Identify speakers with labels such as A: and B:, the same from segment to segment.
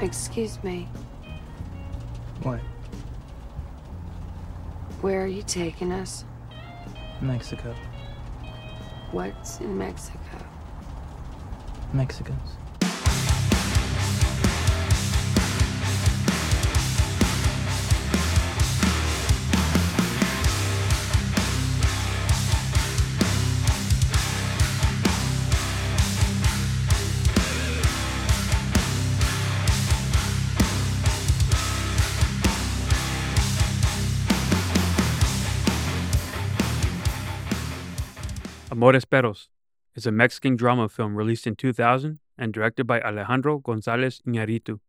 A: Excuse me,
B: What?
A: where are you taking us?
B: Mexico.
A: What's in Mexico?
B: Mexicans.
C: Amores Perros is a Mexican drama film released in 2000 and directed by Alejandro González Iñárritu.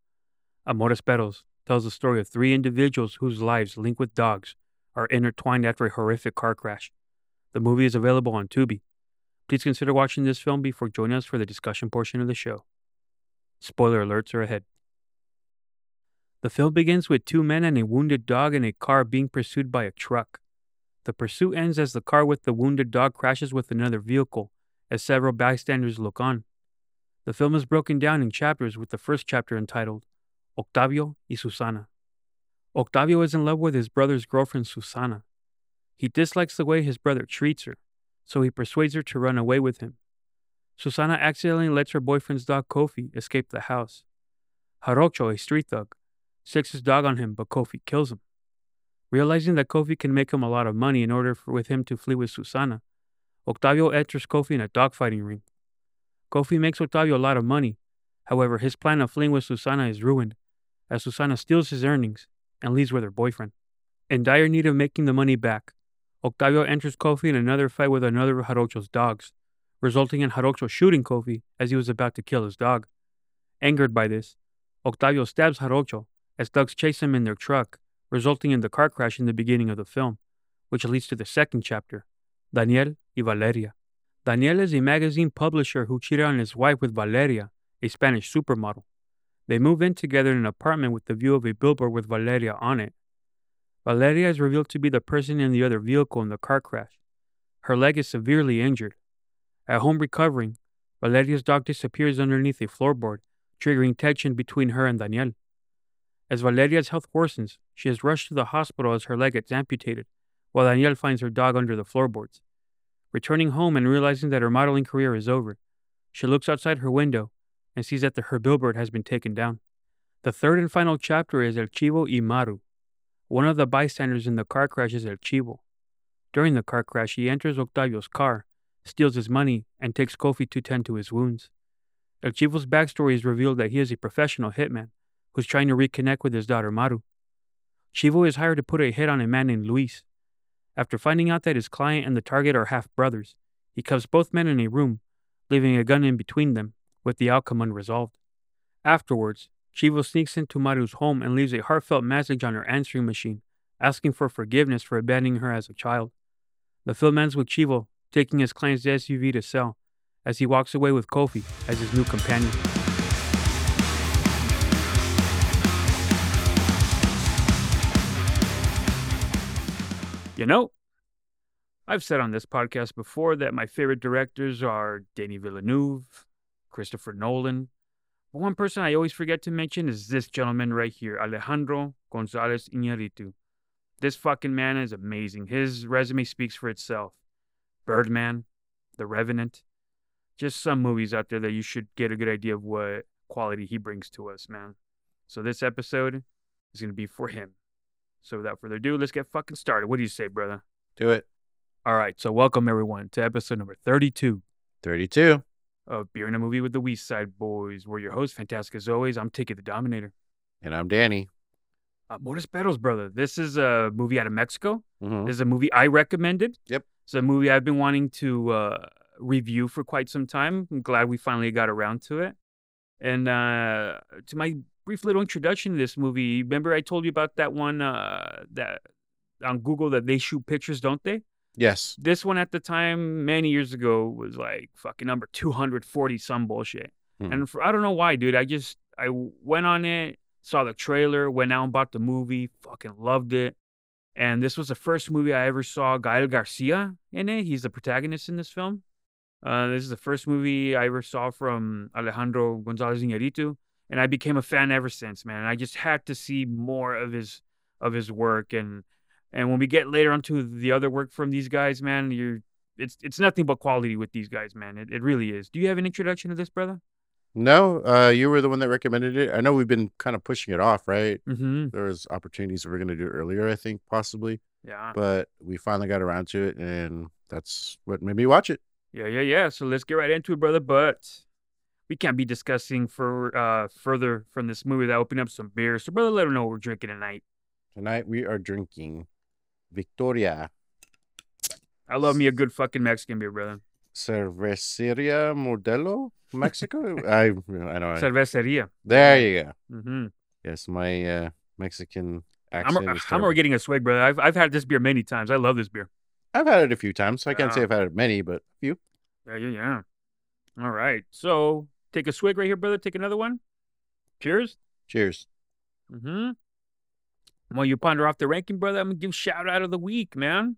C: Amores Perros tells the story of three individuals whose lives, linked with dogs, are intertwined after a horrific car crash. The movie is available on Tubi. Please consider watching this film before joining us for the discussion portion of the show. Spoiler alerts are ahead. The film begins with two men and a wounded dog in a car being pursued by a truck. The pursuit ends as the car with the wounded dog crashes with another vehicle, as several bystanders look on. The film is broken down in chapters, with the first chapter entitled Octavio y Susana. Octavio is in love with his brother's girlfriend, Susana. He dislikes the way his brother treats her, so he persuades her to run away with him. Susana accidentally lets her boyfriend's dog, Kofi, escape the house. Jarocho, a street thug, sticks his dog on him, but Kofi kills him. Realizing that Kofi can make him a lot of money in order for, with him to flee with Susana, Octavio enters Kofi in a dogfighting ring. Kofi makes Octavio a lot of money. However, his plan of fleeing with Susana is ruined, as Susana steals his earnings and leaves with her boyfriend. In dire need of making the money back, Octavio enters Kofi in another fight with another of Jarocho's dogs, resulting in Jarocho shooting Kofi as he was about to kill his dog. Angered by this, Octavio stabs Jarocho as thugs chase him in their truck, resulting in the car crash in the beginning of the film, which leads to the second chapter Daniel y Valeria. Daniel is a magazine publisher who cheated on his wife with Valeria, a Spanish supermodel. They move in together in an apartment with the view of a billboard with Valeria on it. Valeria is revealed to be the person in the other vehicle in the car crash. Her leg is severely injured. At home recovering, Valeria's dog disappears underneath a floorboard, triggering tension between her and Daniel. As Valeria's health worsens, she is rushed to the hospital as her leg gets amputated, while Danielle finds her dog under the floorboards. Returning home and realizing that her modeling career is over, she looks outside her window and sees that the, her billboard has been taken down. The third and final chapter is El Chivo y Maru. One of the bystanders in the car crash is El Chivo. During the car crash, he enters Octavio's car, steals his money, and takes Kofi to tend to his wounds. El Chivo's backstory is revealed that he is a professional hitman who's trying to reconnect with his daughter Maru. Chivo is hired to put a hit on a man named Luis. After finding out that his client and the target are half brothers, he cuffs both men in a room, leaving a gun in between them, with the outcome unresolved. Afterwards, Chivo sneaks into Maru's home and leaves a heartfelt message on her answering machine, asking for forgiveness for abandoning her as a child. The film ends with Chivo taking his client's SUV to sell, as he walks away with Kofi as his new companion. You know, I've said on this podcast before that my favorite directors are Denis Villeneuve, Christopher Nolan. But one person I always forget to mention is this gentleman right here, Alejandro Gonzalez Iñárritu. This fucking man is amazing. His resume speaks for itself. Birdman, The Revenant, just some movies out there that you should get a good idea of what quality he brings to us, man. So this episode is going to be for him. So without further ado, let's get fucking started. What do you say, brother?
D: Do it.
C: All right, so welcome everyone to episode number 32
D: 32.
C: of Beer and a Movie with the West Side Boys. We're your hosts, fantastic as always. I'm Tiki the Dominator.
D: And I'm Danny.
C: Uh, Mortis Battles, brother. This is a movie out of Mexico.
D: Mhm.
C: This is a movie I recommended.
D: Yep.
C: It's a movie I've been wanting to uh, review for quite some time. I'm glad we finally got around to it. And uh, to my brief little introduction to this movie, remember I told you about that one uh, that on Google that they shoot pictures, don't they?
D: Yes.
C: This one at the time, many years ago, was like fucking number 240, some bullshit.
D: Mhm.
C: And for, I don't know why, dude. I just, I went on it, saw the trailer, went out and bought the movie, fucking loved it. And this was the first movie I ever saw Gael Garcia in it. He's the protagonist in this film. Uh, this is the first movie I ever saw from Alejandro Gonzalez Iñárritu. and I became a fan ever since, man. And I just had to see more of his of his work and and when we get later onto the other work from these guys, man, you're it's it's nothing but quality with these guys, man. It it really is. Do you have an introduction to this, brother?
D: No, uh, you were the one that recommended it. I know we've been kind of pushing it off, right?
C: Mm-hmm.
D: There was opportunities we were going to do earlier, I think, possibly,
C: Yeah.
D: but we finally got around to it, and that's what made me watch it.
C: Yeah, yeah, yeah. So let's get right into it, brother. But we can't be discussing for uh further from this movie without opening up some beer. So brother, let her know what we're drinking tonight.
D: Tonight we are drinking Victoria
C: I love me a good fucking Mexican beer, brother.
D: Cerveceria Modelo, Mexico. I I know. I,
C: Cerveceria.
D: there you go.
C: Mm-hmm.
D: Yes, my uh, Mexican
C: I'm,
D: accent.
C: I'm
D: is terrible.
C: already getting a swig, brother. I've I've had this beer many times. I love this beer.
D: I've had it a few times. So I can't say
C: Yeah.
D: I've had it many, but a few.
C: Yeah, yeah, yeah. All right. So take a swig right here, brother. Take another one. Cheers.
D: Cheers.
C: Mm-hmm. While you ponder off the ranking, brother, I'm gonna give shout out of the week, man.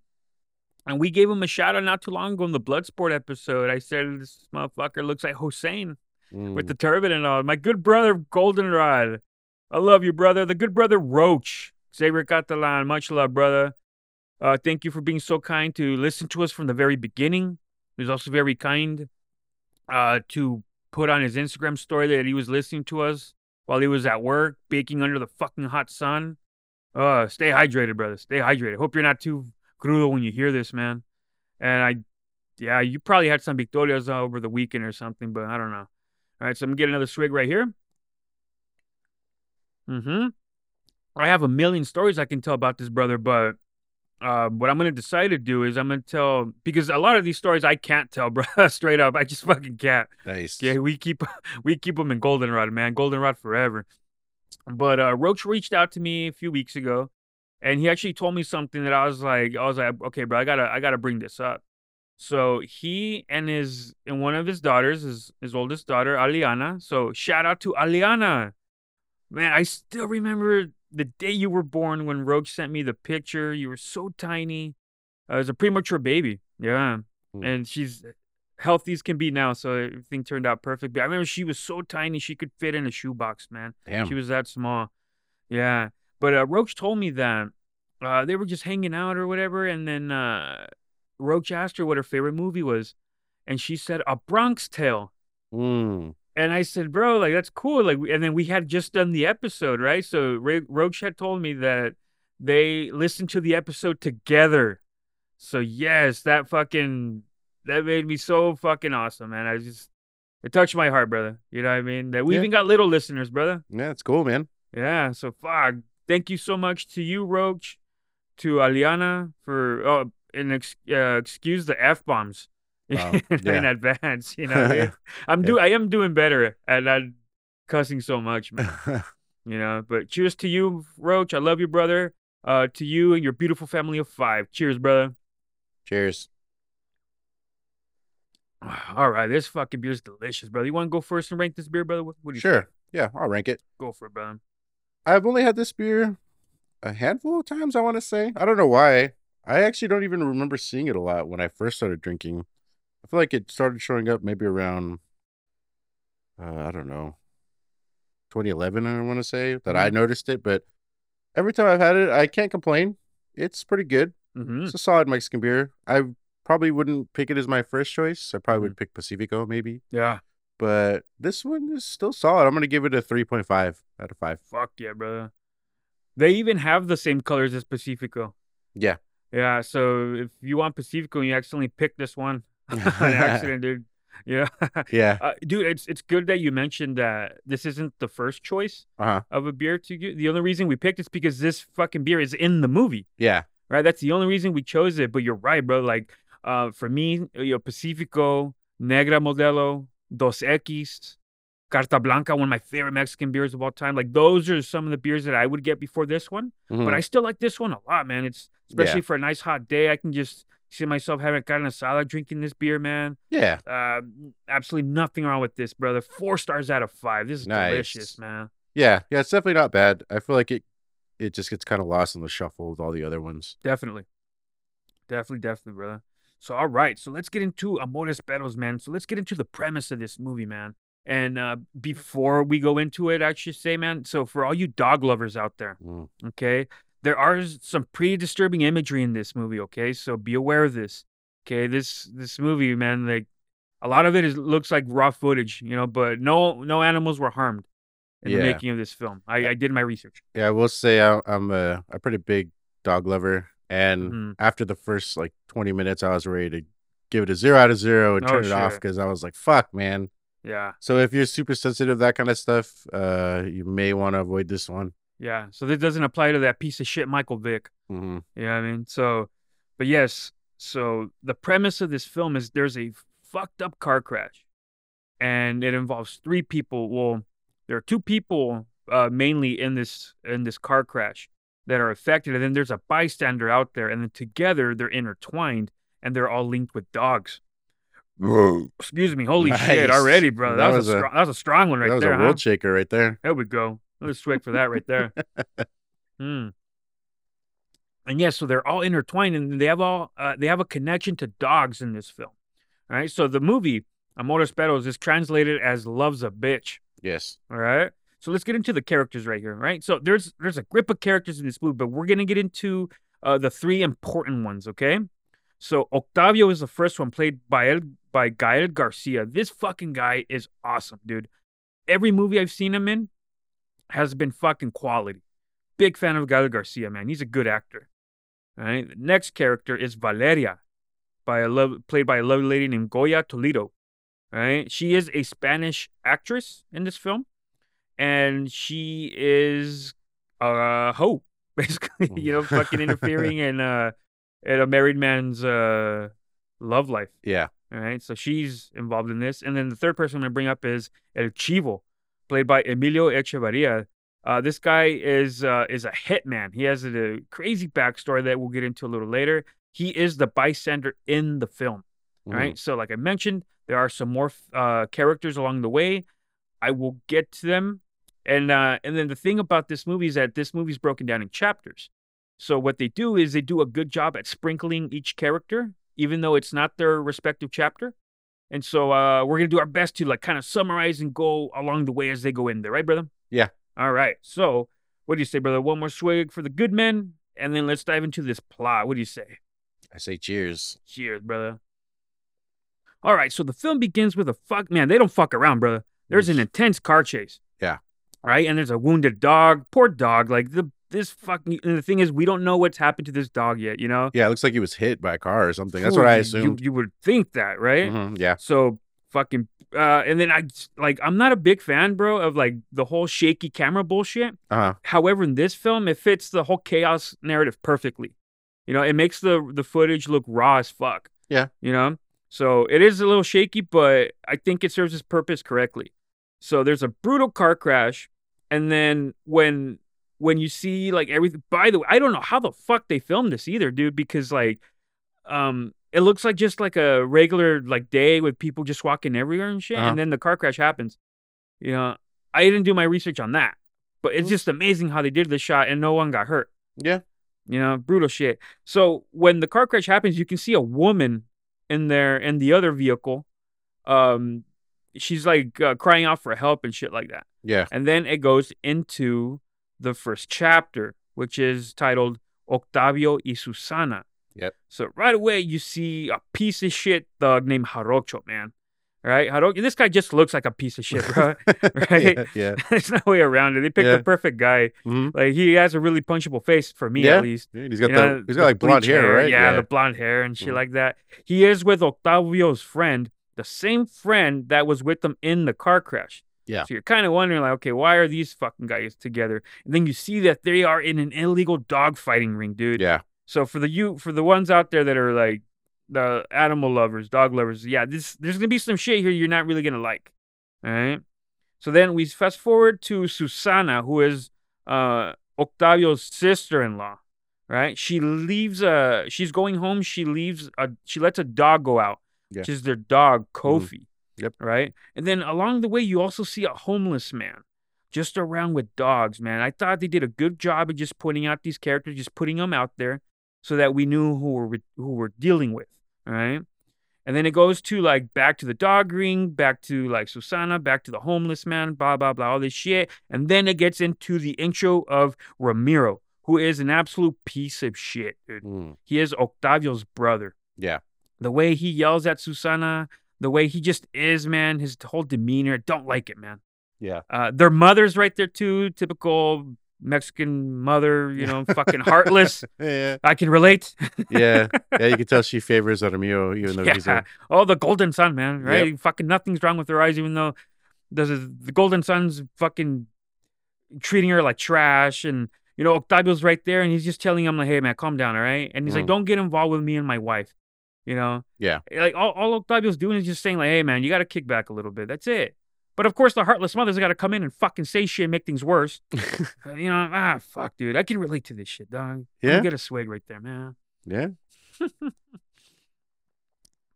C: And we gave him a shout out not too long ago in the Bloodsport episode. I said this motherfucker looks like Hossein with
D: Mm.
C: the turban and all. My good brother Goldenrod. I love you, brother. The good brother Roach. Xavier Catalan. Much love, brother. Uh, thank you for being so kind to listen to us from the very beginning. He was also very kind uh, to put on his Instagram story that he was listening to us while he was at work, baking under the fucking hot sun. Uh, stay hydrated, brother. Stay hydrated. Hope you're not too crudo when you hear this, man. And I, yeah, you probably had some victorias uh, over the weekend or something, but I don't know. All right, so I'm gonna get another swig right here. Mm-hmm. I have a million stories I can tell about this brother, but uh, what I'm gonna decide to do is I'm gonna tell because a lot of these stories I can't tell, bro. Straight up, I just fucking can't.
D: nice.
C: Yeah, we keep we keep them in goldenrod, man. Goldenrod forever. But uh, Roach reached out to me a few weeks ago, and he actually told me something that I was like, I was like, okay, bro, I gotta I gotta bring this up. So he and his and one of his daughters, his his oldest daughter, Aliana. So shout out to Aliana, man. I still remember the day you were born when Roach sent me the picture. You were so tiny. Uh, it was a premature baby. Yeah,
D: Hmm.
C: and she's healthy as can be now, so everything turned out perfect. But I remember she was so tiny she could fit in a shoebox, man.
D: Damn.
C: She was that small. Yeah. But uh, Roach told me that uh, they were just hanging out or whatever. And then uh, Roach asked her what her favorite movie was. And she said, A Bronx Tale.
D: Mm.
C: And I said, Bro, like, that's cool. Like, and then we had just done the episode, right? So Ra- Roach had told me that they listened to the episode together. So, yes, that fucking, that made me so fucking awesome, man. I just, it touched my heart, brother. You know what I mean? That we
D: Yeah.
C: even got little listeners, brother.
D: Yeah, it's cool, man.
C: Yeah, so fuck. Thank you so much to you, Roach, to Aliana for oh, and ex- uh, excuse the f bombs
D: Wow,
C: in
D: yeah.
C: advance. You know, what I mean? I'm do I am doing better at not cussing so much, man. You know, but cheers to you, Roach. I love you, brother. Uh, to you and your beautiful family of five. Cheers, brother.
D: Cheers.
C: All right, this fucking beer's delicious, brother. You want to go first and rank this beer, brother? What, what do you
D: Sure. Yeah, I'll rank it.
C: go for, it, brother?
D: I've only had this beer a handful of times, I want to say. I don't know why. I actually don't even remember seeing it a lot when I first started drinking. I feel like it started showing up maybe around, uh, I don't know, 2011, I want to say that
C: Mm-hmm.
D: I noticed it. But every time I've had it, I can't complain. It's pretty good.
C: Mm-hmm.
D: It's a solid Mexican beer. I probably wouldn't pick it as my first choice. I
C: Hmm.
D: probably would pick Pacifico, maybe.
C: Yeah.
D: But this one is still solid. I'm going to give it a 3.5 out of 5.
C: Fuck yeah, brother. They even have the same colors as Pacifico.
D: Yeah.
C: Yeah, so if you want Pacifico and you accidentally pick this one, an accident, dude. Yeah.
D: Yeah.
C: Uh, dude, it's it's good that you mentioned that this isn't the first choice
D: Uh huh.
C: of a beer to get. The only reason we picked it's because this fucking beer is in the movie,
D: Yeah.
C: right? That's the only reason we chose it. But you're right, bro. Like, uh, for me, you know, Pacifico, Negra Modelo, Dos Equis, Carta Blanca, one of my favorite Mexican beers of all time. Like, those are some of the beers that I would get before this one
D: Mm-hmm.
C: but I still like this one a lot, man. It's
D: Hmm. Yeah.
C: especially for a nice hot day. I can just see myself having a carne asada, drinking this beer, man.
D: yeah.
C: Uh, absolutely nothing wrong with this, brother. Four stars out of five. This is
D: Nice.
C: delicious, man.
D: Yeah. Yeah. It's definitely not bad. I feel like it it just gets kind of lost in the shuffle with all the other ones.
C: Definitely, definitely, definitely, brother. So, all right, so let's get into Amores Perros, man. So let's get into the premise of this movie, man. And uh, before we go into it, I should say, man, so for all you dog lovers out there,
D: Mm.
C: okay, there are s- some pretty disturbing imagery in this movie, okay? So be aware of this. Okay, this this movie, man, like a lot of it is looks like raw footage, you know, but no no animals were harmed in the
D: Yeah.
C: making of this film. I, I did my research.
D: Yeah, I will say I, I'm a a pretty big dog lover, and
C: Mhm.
D: after the first like 20 minutes, I was ready to give it a zero out of zero and
C: Oh,
D: turn it off
C: sure.
D: because I was like, "Fuck, man."
C: Yeah.
D: So if you're super sensitive to that kind of stuff, uh, you may want to avoid this one.
C: Yeah. So this doesn't apply to that piece of shit Michael Vick.
D: hmm
C: You know what I mean? So, but yes, so the premise of this film is there's a fucked up car crash and it involves three people. Well, there are two people uh, mainly in this in this car crash that are affected and then there's a bystander out there and then together they're intertwined and they're all linked with dogs. Excuse me. Holy shit
D: Nice.
C: already, brother. That,
D: That
C: was,
D: was
C: a
D: a-
C: strong, that was a strong one right
D: that was
C: there.
D: a
C: huh?
D: world shaker right there.
C: There we go. Let's swig for that right there. Hmm. And yes, so they're all intertwined, and they have all uh, they have a connection to dogs in this film. All right. So the movie Amores Perros is translated as "Love's a Bitch."
D: Yes.
C: All right. So let's get into the characters right here. Right. So there's there's a grip of characters in this movie, but we're gonna get into uh, the three important ones. Okay. So Octavio is the first one, played by El, by Gael Garcia. This fucking guy is awesome, dude. Every movie I've seen him in has been fucking quality. Big fan of Gael Garcia, man. He's a good actor. All right. The next character is Valeria, by a love played by a lovely lady named Goya Toledo. All right. She is a Spanish actress in this film, and she is a hoe, basically. you know, fucking interfering in uh in a married man's uh love life.
D: Yeah.
C: All right. So she's involved in this. And then the third person I'm going to bring up is El Chivo, played by Emilio Echevarria. Uh, this guy is uh, is a hitman. He has a, a crazy backstory that we'll get into a little later. He is the bystander in the film. All right. So, like I mentioned, there are some more f- uh, characters along the way. I will get to them. And uh, and then the thing about this movie is that this movie is broken down in chapters. So what they do is they do a good job at sprinkling each character, even though it's not their respective chapter. And so uh, we're gonna do our best to like kind of summarize and go along the way as they go in there, right, brother?
D: Yeah.
C: All right. So what do you say, brother? One more swig for the good men, and then let's dive into this plot. What do you say?
D: Mm-hmm. I say cheers.
C: Cheers, brother. All right, so the film begins with a fuck man. They don't fuck around, brother. There's an
D: Mm.
C: intense car chase.
D: Yeah.
C: Right, and there's a wounded dog. Poor dog. Like the this fucking. And the thing is, we don't know what's happened to this dog yet. You know.
D: Yeah, it looks like he was hit by a car or something. That's
C: Fool,
D: what I
C: you-
D: assumed.
C: You, you would think that, right?
D: Mhm, Yeah.
C: So fucking. Uh, and then I just- like I'm not a big fan, bro, of like the whole shaky camera bullshit.
D: Uh-huh.
C: However, in this film, it fits the whole chaos narrative perfectly. You know, it makes the the footage look raw as fuck.
D: Yeah.
C: You know, so it is a little shaky, but I think it serves its purpose correctly. So there's a brutal car crash, and then when when you see like everything. By the way, I don't know how the fuck they filmed this either, dude, because like, um, it looks like just like a regular like day with people just walking everywhere and shit,
D: Uh-huh.
C: and then the car crash happens. You know, I didn't do my research on that. But
D: Mm-hmm.
C: it's just amazing how they did the shot and no one got hurt.
D: Yeah.
C: You know, brutal shit. So when the car crash happens, you can see a woman in there in the other vehicle. Um, she's like uh, crying out for help and shit like that.
D: Yeah.
C: And then it goes into the first chapter, which is titled Octavio y Susana.
D: Yep.
C: So right away you see a piece of shit thug named Jarocho, man. All right, Jarocho. This guy just looks like a piece of shit, bro. Right?
D: Yeah. yeah.
C: There's no way around it. They picked
D: Yeah.
C: the perfect guy.
D: Mhm.
C: Like he has a really punchable face for me,
D: Yeah.
C: at least.
D: Yeah, and He's got
C: You
D: that.
C: know,
D: he's
C: the
D: got like blonde
C: bleach
D: hair, right?
C: Yeah, the blonde hair and shit
D: Mhm.
C: like that. He is with Octavio's friend, the same friend that was with them in the car crash.
D: Yeah.
C: So you're kind of wondering, like, okay, why are these fucking guys together? And then you see that they are in an illegal dogfighting ring, dude.
D: yeah.
C: So for the you for the ones out there that are like the animal lovers, dog lovers, yeah, this there's gonna be some shit here you're not really gonna like. All right. So then we fast forward to Susana, who is uh Octavio's sister-in-law. Right? She leaves uh she's going home, she leaves a she lets a dog go out,
D: Yeah. Mm-hmm.
C: which is their dog, Kofi.
D: Yep.
C: Right? And then along the way you also see a homeless man just around with dogs, man. I thought they did a good job of just pointing out these characters, just putting them out there so that we knew who we're with- who we're dealing with. All right. And then it goes to like back to the dog ring, back to like Susana, back to the homeless man, blah, blah, blah, all this shit. And then it gets into the intro of Ramiro, who is an absolute piece of shit, dude.
D: Mm.
C: He is Octavio's brother.
D: Yeah.
C: The way he yells at Susana, the way he just is, man, his whole demeanor, don't like it, man.
D: Yeah.
C: Uh, their mother's right there too, typical Mexican mother, you know, fucking heartless.
D: Yeah.
C: I can relate.
D: Yeah. Yeah. You can tell she favors Aramio, even though he's
C: Yeah.
D: a.
C: Oh, the golden sun, man, right? Fucking nothing's wrong with her eyes, even though this is, the golden sun's fucking treating her like trash. And, you know, Octavio's right there and he's just telling him, like, hey, man, calm down, all right? And he's like,
D: Mm.
C: don't get involved with me and my wife, you know? Eh,
D: Yeah.
C: Like, all, all Octavio's doing is just saying, like, hey, man, you got to kick back a little bit. That's it. But of course, the heartless mother's got to come in and fucking say shit and make things worse. you know, ah, fuck, dude. I can relate to this shit, dog.
D: Yeah.
C: You get a swig right there, man.
D: Yeah.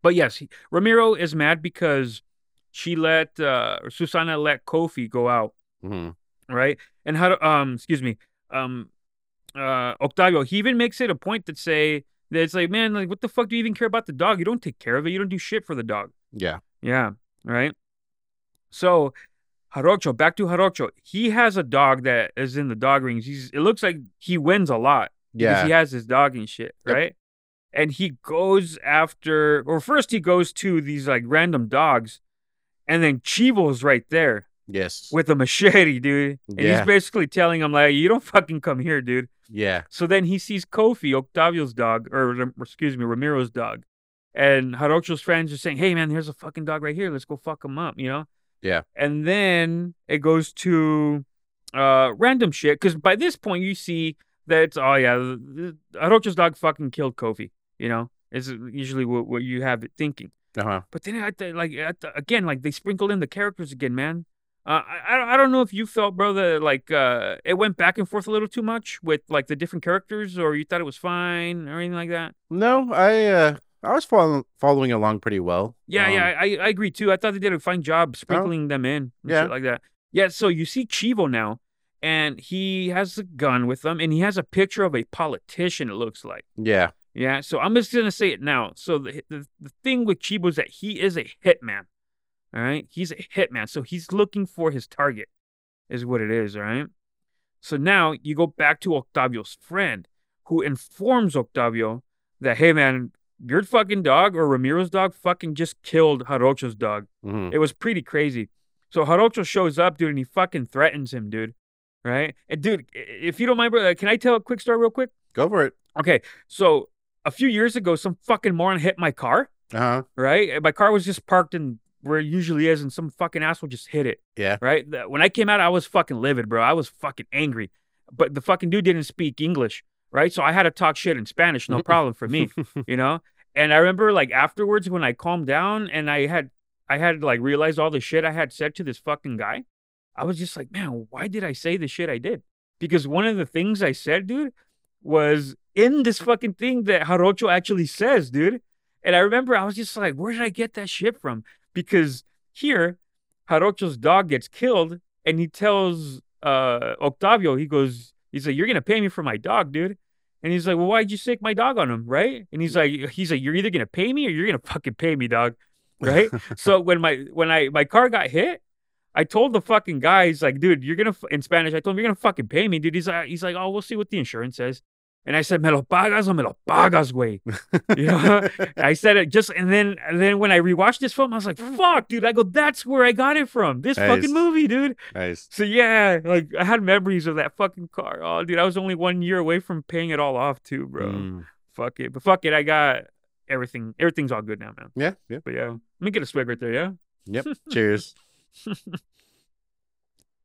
C: But yes, he- Ramiro is mad because she let uh, or Susana let Kofi go out,
D: Mhm.
C: right? And how? do- Um, excuse me. Um, uh, Octavio. He even makes it a point to say that it's like, man, like, what the fuck do you even care about the dog? You don't take care of it. You don't do shit for the dog.
D: Yeah.
C: Yeah. Right. So, Harocho, back to Harocho. He has a dog that is in the dog rings. He's. It looks like he wins a lot because
D: Yeah.
C: he has his dog and shit,
D: Yep.
C: right? And he goes after, or first he goes to these like random dogs, and then Chivo's right there
D: Yes.
C: with a machete, dude. And
D: Yeah.
C: he's basically telling him like, "You don't fucking come here, dude."
D: Yeah.
C: So then he sees Kofi, Octavio's dog, or Ram- excuse me, Ramiro's dog, and Harocho's friends are saying, "Hey man, there's a fucking dog right here. Let's go fuck him up," you know?
D: Yeah.
C: And then it goes to uh random shit because by this point you see that it's oh yeah, th- th- Harocho's dog fucking killed Kofi. You know, is usually what, what you have it thinking.
D: Uh huh.
C: But then, at the, like at the, again, like they sprinkled in the characters again, man. Uh, I- I don't- I don't know if you felt, bro, that like uh, it went back and forth a little too much with like the different characters, or you thought it was fine or anything like that.
D: No, I uh I was following following along pretty well.
C: Yeah,
D: Um, Oh,
C: yeah, I, I agree too. I thought they did a fine job sprinkling them in, and
D: Yeah.
C: shit like that. Yeah, so you see Chivo now, and he has a gun with him, and he has a picture of a politician. It looks like.
D: Yeah.
C: Yeah, so I'm just gonna say it now. So the the, the thing with Chibo is that he is a hitman. All right, he's a hitman, so he's looking for his target, is what it is. All right. So now you go back to Octavio's friend, who informs Octavio that hey man, your fucking dog or Ramiro's dog fucking just killed Harocho's dog.
D: mhm,
C: It was pretty crazy. So Harocho shows up, dude, and he fucking threatens him, dude. Right? And dude, i- if you don't mind, bro, uh, can I tell a quick story real quick?
D: Go for it.
C: Okay, so a few years ago, some fucking moron hit my car.
D: Uh huh.
C: Right, And my car was just parked in where it usually is, and some fucking asshole just hit it.
D: Yeah.
C: Right. Th- When I came out, I was fucking livid, bro. I was fucking angry, but the fucking dude didn't speak English. Right, so I had to talk shit in Spanish. No problem for me, you know. And I remember like afterwards when I calmed down and I had I had like realized all the shit I had said to this fucking guy. I was just like, man, why did I say the shit I did? Because one of the things I said, dude, was in this fucking thing that Harocho actually says, dude. And I remember I was just like, where did I get that shit from? Because here, Harocho's dog gets killed and he tells uh, Octavio, he goes, he's like, you're going to pay me for my dog, dude. And he's like, well, why'd you stick my dog on him? Right. And he's like, he's like, you're either going to pay me or you're going to fucking pay me, dog. Right so when my when I my car got hit, I told the fucking guy, he's like, dude, you're gonna f-, in Spanish. I told him you're gonna fucking pay me, dude. He's like, he's like, oh, we'll see what the insurance says. And I said, me lo pagas o me lo pagas, güey. You know, I said it just, and then and then when I rewatched this film, I was like, fuck, dude. I go, that's where I got it from. This
D: Nice.
C: fucking movie, dude.
D: nice.
C: So yeah, like I had memories of that fucking car. Oh, dude, I was only one year away from paying it all off, too, bro.
D: Mm,
C: Fuck it, but fuck it, I got everything. Everything's all good now, man.
D: Yeah. Yeah.
C: But yeah, let me get a swig right there, yeah.
D: Yep. Cheers.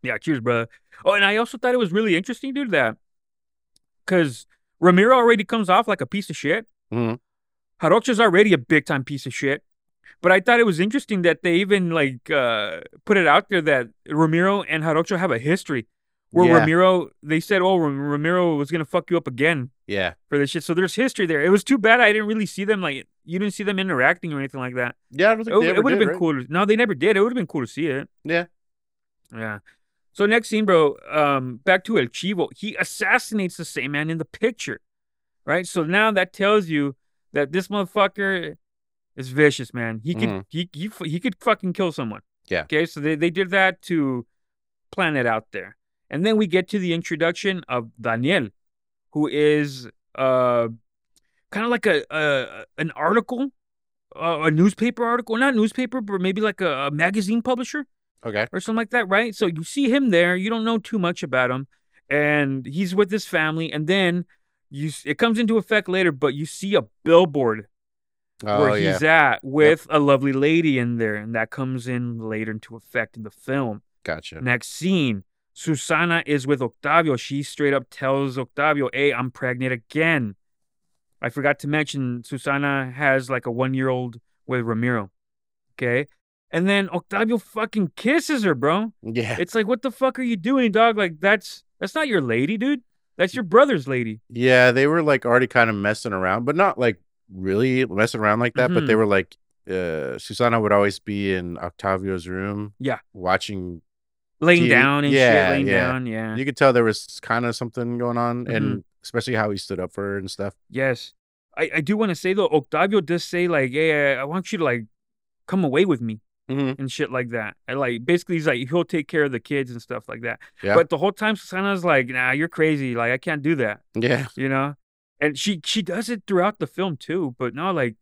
C: Yeah, cheers, brother. Oh, and I also thought it was really interesting, dude, that because Ramiro already comes off like a piece of shit.
D: Mhm.
C: Harocha's already a big time piece of shit. But I thought it was interesting that they even like uh, put it out there that Ramiro and Harocho have a history where
D: Yeah.
C: Ramiro they said, "Oh, Ram- Ramiro was gonna fuck you up again
D: Yeah.
C: for this shit." So there's history there. It was too bad I didn't really see them like you didn't see them interacting or anything like that.
D: Yeah. I don't
C: It,
D: think they ever
C: would have
D: did,
C: been
D: right?
C: cool. to- No, they never did. It would have been cool to see it.
D: Yeah.
C: Yeah. So next scene, bro. Um, back to El Chivo. He assassinates the same man in the picture, right? So now that tells you that this motherfucker It's vicious, man. He could
D: Mhm.
C: he, he fu- he could fucking kill someone.
D: Yeah.
C: Okay, so they, they did that to Planet out there. And then we get to the introduction of Daniel, who is uh kind of like a, a an article, uh, a newspaper article, not newspaper, but maybe like a, a magazine publisher
D: Okay.
C: or something like that, right? So you see him there, you don't know too much about him, and he's with his family, and then you s- it comes into effect later, but you see a billboard
D: Oh
C: where
D: yeah.
C: he's at with a lovely lady in there, and that comes in later into effect in the film.
D: Gotcha.
C: Next scene, Susana is with Octavio. She straight up tells Octavio, "Hey, I'm pregnant again." I forgot to mention Susana has like a one year old with Ramiro. Okay. And then Octavio fucking kisses her, bro.
D: Yeah.
C: It's like, what the fuck are you doing, dog? Like, that's that's not your lady, dude. That's your brother's lady.
D: Yeah, they were like already kind of messing around, but not like really messing around like that.
C: Mm-hmm.
D: But they were like, uh, Susana would always be in Octavio's room.
C: Yeah.
D: Watching.
C: Laying
D: Dude,
C: down and
D: yeah,
C: shit, laying
D: yeah.
C: down. Yeah. Mm-hmm.
D: You could tell there was kind of something going on, and especially how he stood up for her and stuff.
C: Yes. I, I do want to say though, Octavio does say, like, hey, I, I want you to like come away with me
D: Mhm.
C: and shit like that. And like basically he's like, he'll take care of the kids and stuff like that.
D: Yeah.
C: But the whole time Susana's like, nah, you're crazy. Like, I can't do that.
D: Yeah.
C: You know? And she she does it throughout the film too, but no, like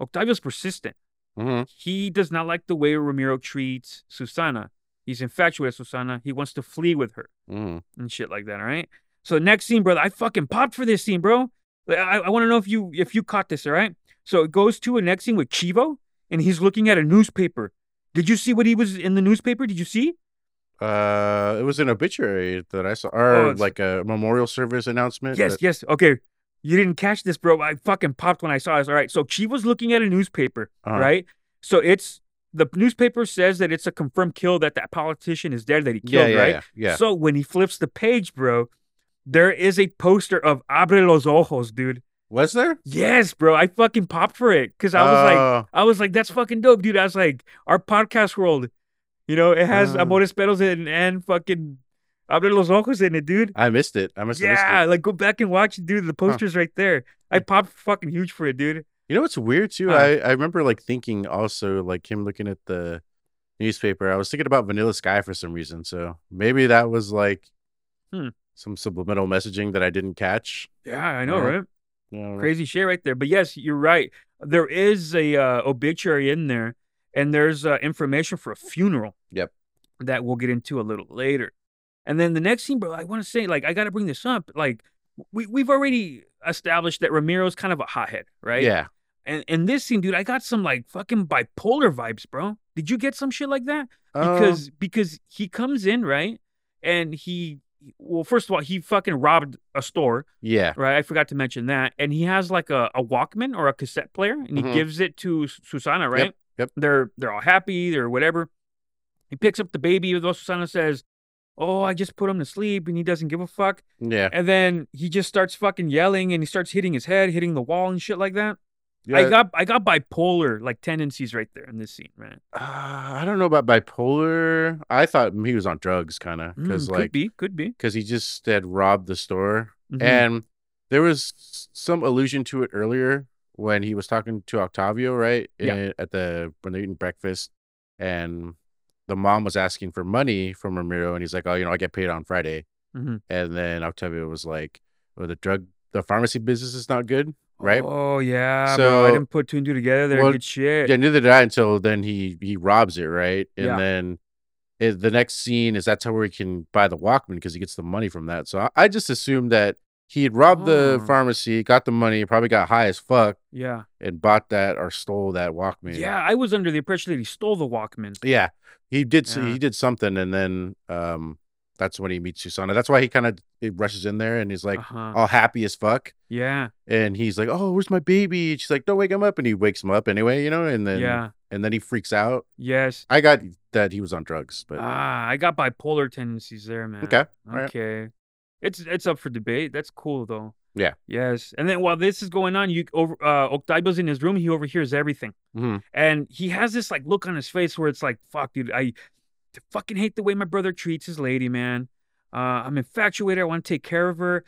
C: Octavio's persistent.
D: hmm
C: he does not like the way Ramiro treats Susana. He's infatuated with Susana. He wants to flee with her
D: hmm
C: and shit like that. All right. So next scene, brother, I fucking popped for this scene, bro. Like, I, I want to know if you if you caught this. All right. So it goes to a next scene with Chivo, and he's looking at a newspaper. Did you see what he was in the newspaper? Did you see?
D: Uh, it was an obituary that I saw, or
C: Oh, it's-
D: like a memorial service announcement.
C: Yes,
D: that-
C: yes. Okay. You didn't catch this, bro. I fucking popped when I saw this. All right. So Chivo's looking at a newspaper,
D: Uh-huh.
C: right? So it's the newspaper says that it's a confirmed kill that that politician is dead that he killed,
D: yeah, yeah,
C: right?
D: yeah, yeah.
C: So when he flips the page, bro, there is a poster of Abre los Ojos, dude.
D: Was there?
C: Yes, bro. I fucking popped for it because I was like,
D: Oh,
C: I was like, that's fucking dope, dude. I was like, our podcast world, you know, it has
D: Oh.
C: Amores Perros and, and fucking Abre los Ojos in it, dude.
D: I missed it. I must have missed it.
C: Yeah, like go back and watch it, dude. The poster's right there. I popped fucking huge for it, dude.
D: You know what's weird too?
C: Huh.
D: I, I remember like thinking also like him looking at the newspaper. I was thinking about Vanilla Sky for some reason. So maybe that was like
C: Hmm.
D: some subliminal messaging that I didn't catch.
C: Yeah, I know,
D: Yeah.
C: right?
D: You know,
C: crazy shit right there. But yes, you're right. There is a uh, obituary in there, and there's uh, information for a funeral.
D: Yep.
C: That we'll get into a little later. And then the next scene, bro, I want to say, like, I got to bring this up. Like, we we've already established that Ramiro's kind of a hothead, right?
D: Yeah.
C: And and this scene, dude, I got some like fucking bipolar vibes, bro. Did you get some shit like that?
D: Um,
C: because because he comes in right and he well first of all he fucking robbed a store
D: yeah.
C: right i forgot to mention that and he has like a, a walkman or a cassette player and he
D: Mhm.
C: gives it to Su- susana right
D: yep.
C: they're they're all happy they're whatever he picks up the baby though susana says oh i just put him to sleep and he doesn't give a fuck
D: Yeah.
C: and then he just starts fucking yelling and he starts hitting his head hitting the wall and shit like that i
D: Yeah.
C: got i got bipolar like tendencies right there in this scene man
D: Uh, I don't know about bipolar. I thought he was on drugs kind of because
C: Mm, could
D: like
C: be could be
D: because he just had robbed the store
C: Mhm.
D: and there was s- some allusion to it earlier when he was talking to Octavio, right?
C: Yeah.
D: in- at the when they're eating breakfast, and the mom was asking for money from Ramiro, and he's like, "Oh, you know, I get paid on Friday."
C: Mhm.
D: And then Octavio was like, "Well, the drug, the pharmacy business is not good, right?"
C: Oh yeah, bro. I
D: So-
C: didn't put two and two together. They're
D: Well,
C: good shit.
D: Yeah, neither did I until then he he robs it, right? And
C: Yeah.
D: then it, the next scene is that's how he can buy the Walkman because he gets the money from that. So I, I just assumed that he had robbed the
C: Oh.
D: pharmacy, got the money, probably got high as fuck,
C: yeah,
D: and bought that or stole that Walkman.
C: yeah. I was under the impression that he stole the Walkman.
D: yeah. He did s
C: Yeah.
D: he did something, and then um that's when he meets Susana. That's why he kind of rushes in there and he's like
C: uh-huh.
D: all happy as fuck.
C: yeah,
D: And he's like, "Oh, where's my baby?" And she's like, "Don't wake him up." And he wakes him up anyway, you know. And then
C: yeah,
D: and then he freaks out
C: yes.
D: I got that he was on drugs, but
C: Ah, I got bipolar tendencies there, man.
D: okay, all right.
C: okay. It's it's up for debate. That's cool though.
D: Yeah.
C: Yes. And then while this is going on, you over uh, Octavio's in his room. He overhears everything,
D: Mhm.
C: and he has this like look on his face where it's like, "Fuck, dude, I t- fucking hate the way my brother treats his lady, man. Uh, I'm infatuated. I want to take care of her.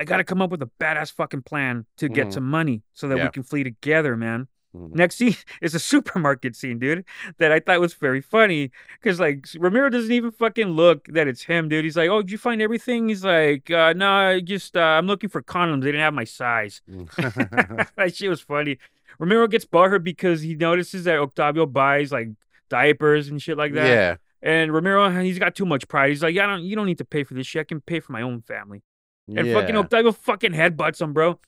C: I got to come up with a badass fucking plan to get
D: Mhm.
C: some money so that we
D: Yeah.
C: can flee together, man."
D: Mhm.
C: Next scene is a supermarket scene, dude, that I thought was very funny because like Ramiro doesn't even fucking look that it's him, dude. He's like, "Oh, did you find everything?" He's like, uh, "No, I just uh, I'm looking for condoms. They didn't have my size."
D: Mm-hmm.
C: that shit was funny. Ramiro gets butthurt because he notices that Octavio buys like diapers and shit like that.
D: yeah.
C: And Ramiro, uh, he's got too much pride. He's like, "I don't, you don't need to pay for this shit. I can pay for my own family." And
D: yeah.
C: fucking Octavio fucking headbutts him, bro.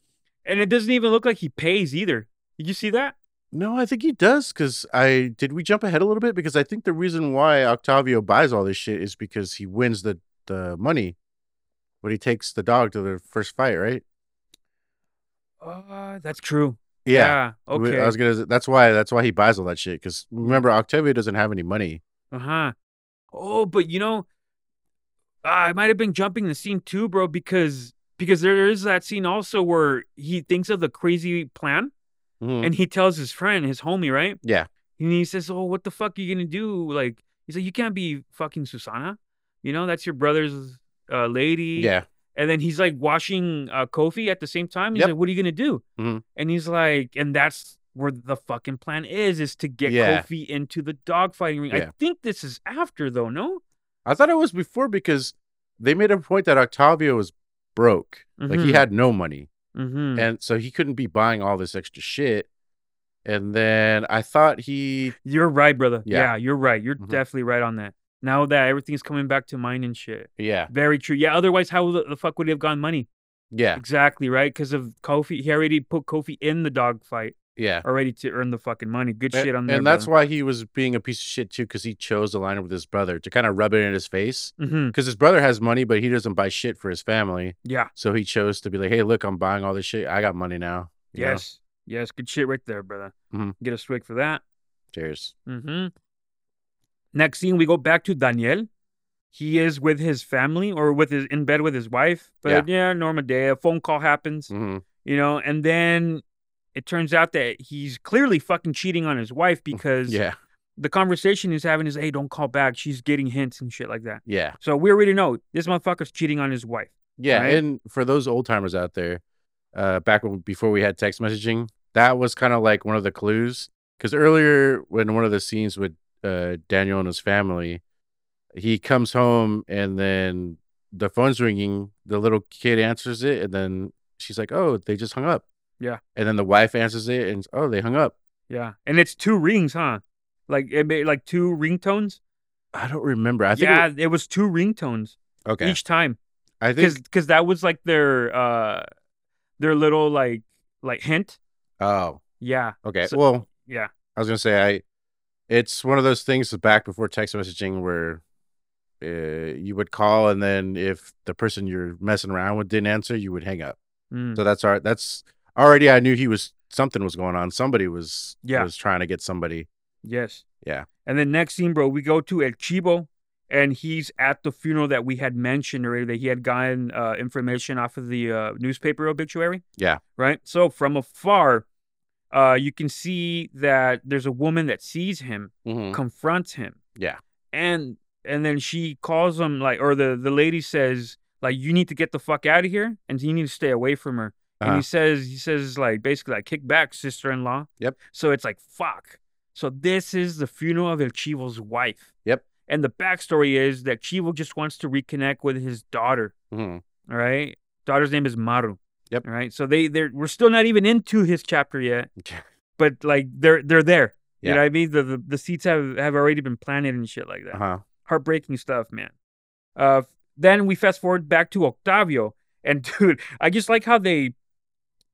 C: And it doesn't even look like he pays either. Did you see that?
D: No, I think he does because I did. We jump ahead a little bit because I think the reason why Octavio buys all this shit is because he wins the the money when he takes the dog to the first fight, right?
C: Uh, that's true.
D: Yeah. We-
C: okay.
D: I was gonna. That's why. That's why he buys all that shit because remember Octavio doesn't have any money.
C: Uh huh. Oh, but you know, uh, I might have been jumping the scene too, bro, because because there is that scene also where he thinks of the crazy plan
D: Mhm.
C: Mm-hmm. and he tells his friend, his homie, right?
D: Yeah.
C: And he says, "Oh, what the fuck are you gonna do?" Like he's like, "You can't be fucking Susana, you know that's your brother's uh, lady."
D: Yeah.
C: And then he's like washing uh, Kofi at the same time. He's
D: Yep.
C: like, "What are you gonna do?"
D: Mhm.
C: And he's like, "And that's where the fucking plan is: is to get
D: Yeah.
C: Kofi into the dogfighting ring." I
D: Yeah.
C: think this is after, though. No,
D: I thought it was before because they made a point that Octavio was broke, like he
C: Mhm.
D: had no money.
C: Mm-hmm.
D: and so he couldn't be buying all this extra shit. And then I thought he,
C: you're right, brother. Yeah,
D: Yeah.
C: you're right. You're
D: Mhm.
C: definitely right on that. Now that everything's coming back to mine and shit.
D: yeah,
C: Very true. Yeah. Otherwise, how the, the fuck would he have gone money?
D: yeah,
C: Exactly right. Because of Kofi, he already put Kofi in the dog fight
D: yeah.
C: already to earn the fucking money. Good shit on
D: and
C: there.
D: and that's why he was being a piece of shit too, because he chose to line up with his brother to kind of rub it in his face.
C: hmm
D: Because his brother has money, but he doesn't buy shit for his family.
C: Yeah.
D: So he chose to be like, "Hey, look, I'm buying all this shit. I got money now." you know?
C: Yes. Yes. Good shit right there, brother.
D: Mhm.
C: Get a swig for that.
D: Cheers.
C: Mm-hmm. Next scene, we go back to Daniel. He is with his family or with his in bed with his wife. But yeah, normal day. A phone call happens.
D: hmm
C: you know and then it turns out that he's clearly fucking cheating on his wife because
D: Yeah,
C: the conversation he's having is hey don't call back she's getting hints and shit like that
D: yeah,
C: so we already know this motherfucker's cheating on his wife
D: yeah.
C: Right.
D: And for those old timers out there, uh, back when before we had text messaging, that was kind of like one of the clues. Because earlier, when one of the scenes with uh, Daniel and his family, he comes home and then the phone's ringing. The little kid answers it, and then she's like, "Oh, they just hung up."
C: Yeah.
D: And then the wife answers it, and oh, they hung up.
C: yeah and it's two rings huh like it made like two ringtones
D: I don't remember. I think.
C: yeah
D: it-
C: it, was two ringtones
D: okay.
C: each time
D: I
C: because
D: think.
C: that was like their uh their little like like hint
D: Oh.
C: yeah
D: Okay.
C: So-
D: well,
C: yeah
D: I was gonna say I. It's one of those things back before text messaging where uh, you would call, and then if the person you're messing around with didn't answer, you would hang up.
C: Mm.
D: So that's our. That's already. I knew he was something was going on. Somebody was
C: Yeah.
D: was trying to get somebody.
C: Yes.
D: Yeah.
C: And then next scene, bro, we go to El Chibo, and he's at the funeral that we had mentioned already that he had gotten uh, information off of the uh, newspaper obituary.
D: Yeah.
C: Right. So from afar, uh, you can see that there's a woman that sees him, confronts him.
D: Mm-hmm. Yeah.
C: And and then she calls him like, or the the lady says like, you need to get the fuck out of here, and you need to stay away from her. And
D: Uh-huh.
C: he says he says like basically like kick back, sister-in-law.
D: Yep.
C: So it's like fuck. So this is the funeral of El Chivo's wife.
D: Yep.
C: And the backstory is that Chivo just wants to reconnect with his daughter.
D: hmm
C: All right. Daughter's name is Maru.
D: Yep.
C: All right. So they they are we're still not even into his chapter yet, but like they're they're there. You
D: Yeah.
C: know what I mean? The, the the seats have have already been planted and shit like that
D: Uh huh.
C: heartbreaking stuff, man. Uh, then we fast forward back to Octavio, and dude, I just like how they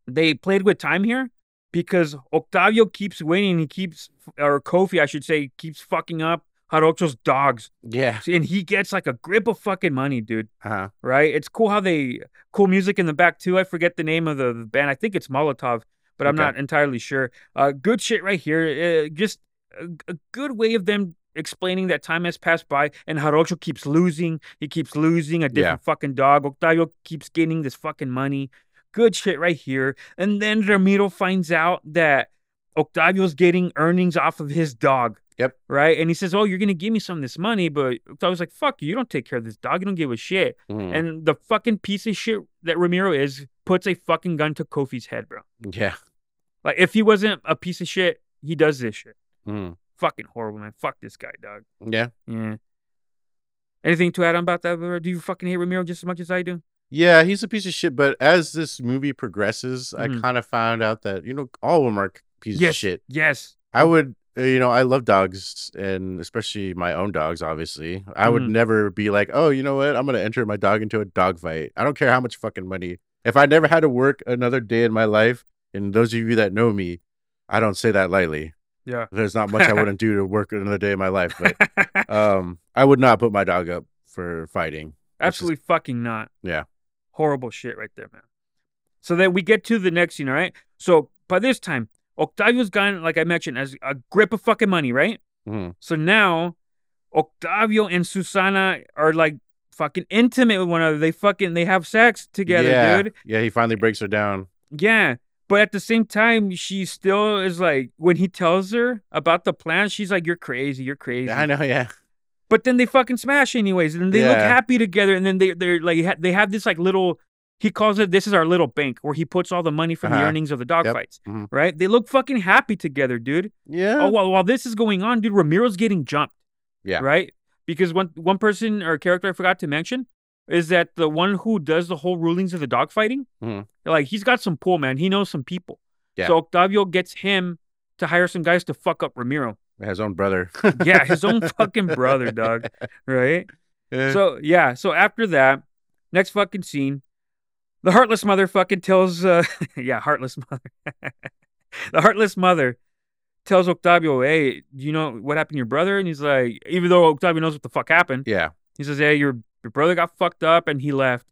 C: they played with time here because Octavio keeps winning. He keeps, or Kofi, I should say, keeps fucking up Harocho's dogs,
D: Yeah.
C: and he gets like a grip of fucking money, dude.
D: Uh huh.
C: Right? It's cool how they cool music in the back too. I forget the name of the, the band. I think it's Molotov, but I'm
D: Okay.
C: not entirely sure. Uh, good shit right here. Uh, just a, a good way of them explaining that time has passed by, and Harocho keeps losing. He keeps losing a different fucking dog. Octavio keeps gaining this fucking money. Good shit right here. And then Ramiro finds out that Octavio's getting earnings off of his dog.
D: Yep.
C: Right? And he says, Oh, you're going to give me some of this money. But Octavio's like, Fuck you. You don't take care of this dog. You don't give a shit.
D: Mhm.
C: And the fucking piece of shit that Ramiro is puts a fucking gun to Kofi's head, bro.
D: yeah.
C: Like if he wasn't a piece of shit, he does this shit. mm-hmm.
D: Mm.
C: Fucking horrible, man. Fuck this guy, dog.
D: Yeah.
C: Yeah. Anything to add on about that? Vera? Do you fucking hate Ramiro just as much as I do?
D: Yeah, he's a piece of shit. But as this movie progresses, I
C: Mhm.
D: kind of found out that, you know, all of them are pieces
C: yes.
D: of shit.
C: Yes.
D: I would, uh, you know, I love dogs and especially my own dogs, obviously. I would
C: Mhm.
D: never be like, oh, you know what? I'm going to enter my dog into a dog fight. I don't care how much fucking money. If I never had to work another day in my life, and those of you that know me, I don't say that lightly.
C: Yeah.
D: There's not much I wouldn't do to work another day of my life, but um, I would not put my dog up for fighting.
C: Absolutely fucking not.
D: Yeah.
C: Horrible shit right there, man. So then we get to the next scene, all right? So by this time, Octavio's gone, like I mentioned, as a grip of fucking money, right?
D: Mhm.
C: So now Octavio and Susana are like fucking intimate with one another. They fucking they have sex together,
D: yeah.
C: dude.
D: Yeah, he finally breaks her down.
C: Yeah. But at the same time, she still is like when he tells her about the plan, she's like, You're crazy, you're crazy. Oh,
D: I know, yeah.
C: But then they fucking smash anyways, and they look
D: Yeah.
C: happy together. And then they they're like ha- they have this like little. He calls it this is our little bank where he puts all the money from the
D: Uh-huh.
C: earnings of the dog
D: Yep.
C: fights.
D: Mhm.
C: Right? They look fucking happy together, dude.
D: Yeah.
C: Oh, while while this is going on, dude, Ramiro's getting jumped.
D: Uh, Yeah.
C: Right? Because one one person or character I forgot to mention is that the one who does the whole rulings of the dog fighting,
D: Mhm.
C: like he's got some pull, man. He knows some people.
D: Yeah.
C: So Octavio gets him to hire some guys to fuck up Ramiro.
D: His own brother.
C: Yeah, his own fucking brother, dog. Right?
D: Yeah.
C: So yeah, so after that, next fucking scene, the heartless mother fucking tells uh yeah, heartless mother. the heartless mother tells Octavio, "Hey, do you know what happened to your brother?" And he's like, even though Octavio knows what the fuck happened,
D: yeah.
C: he says, "Hey, your your brother got fucked up and he left.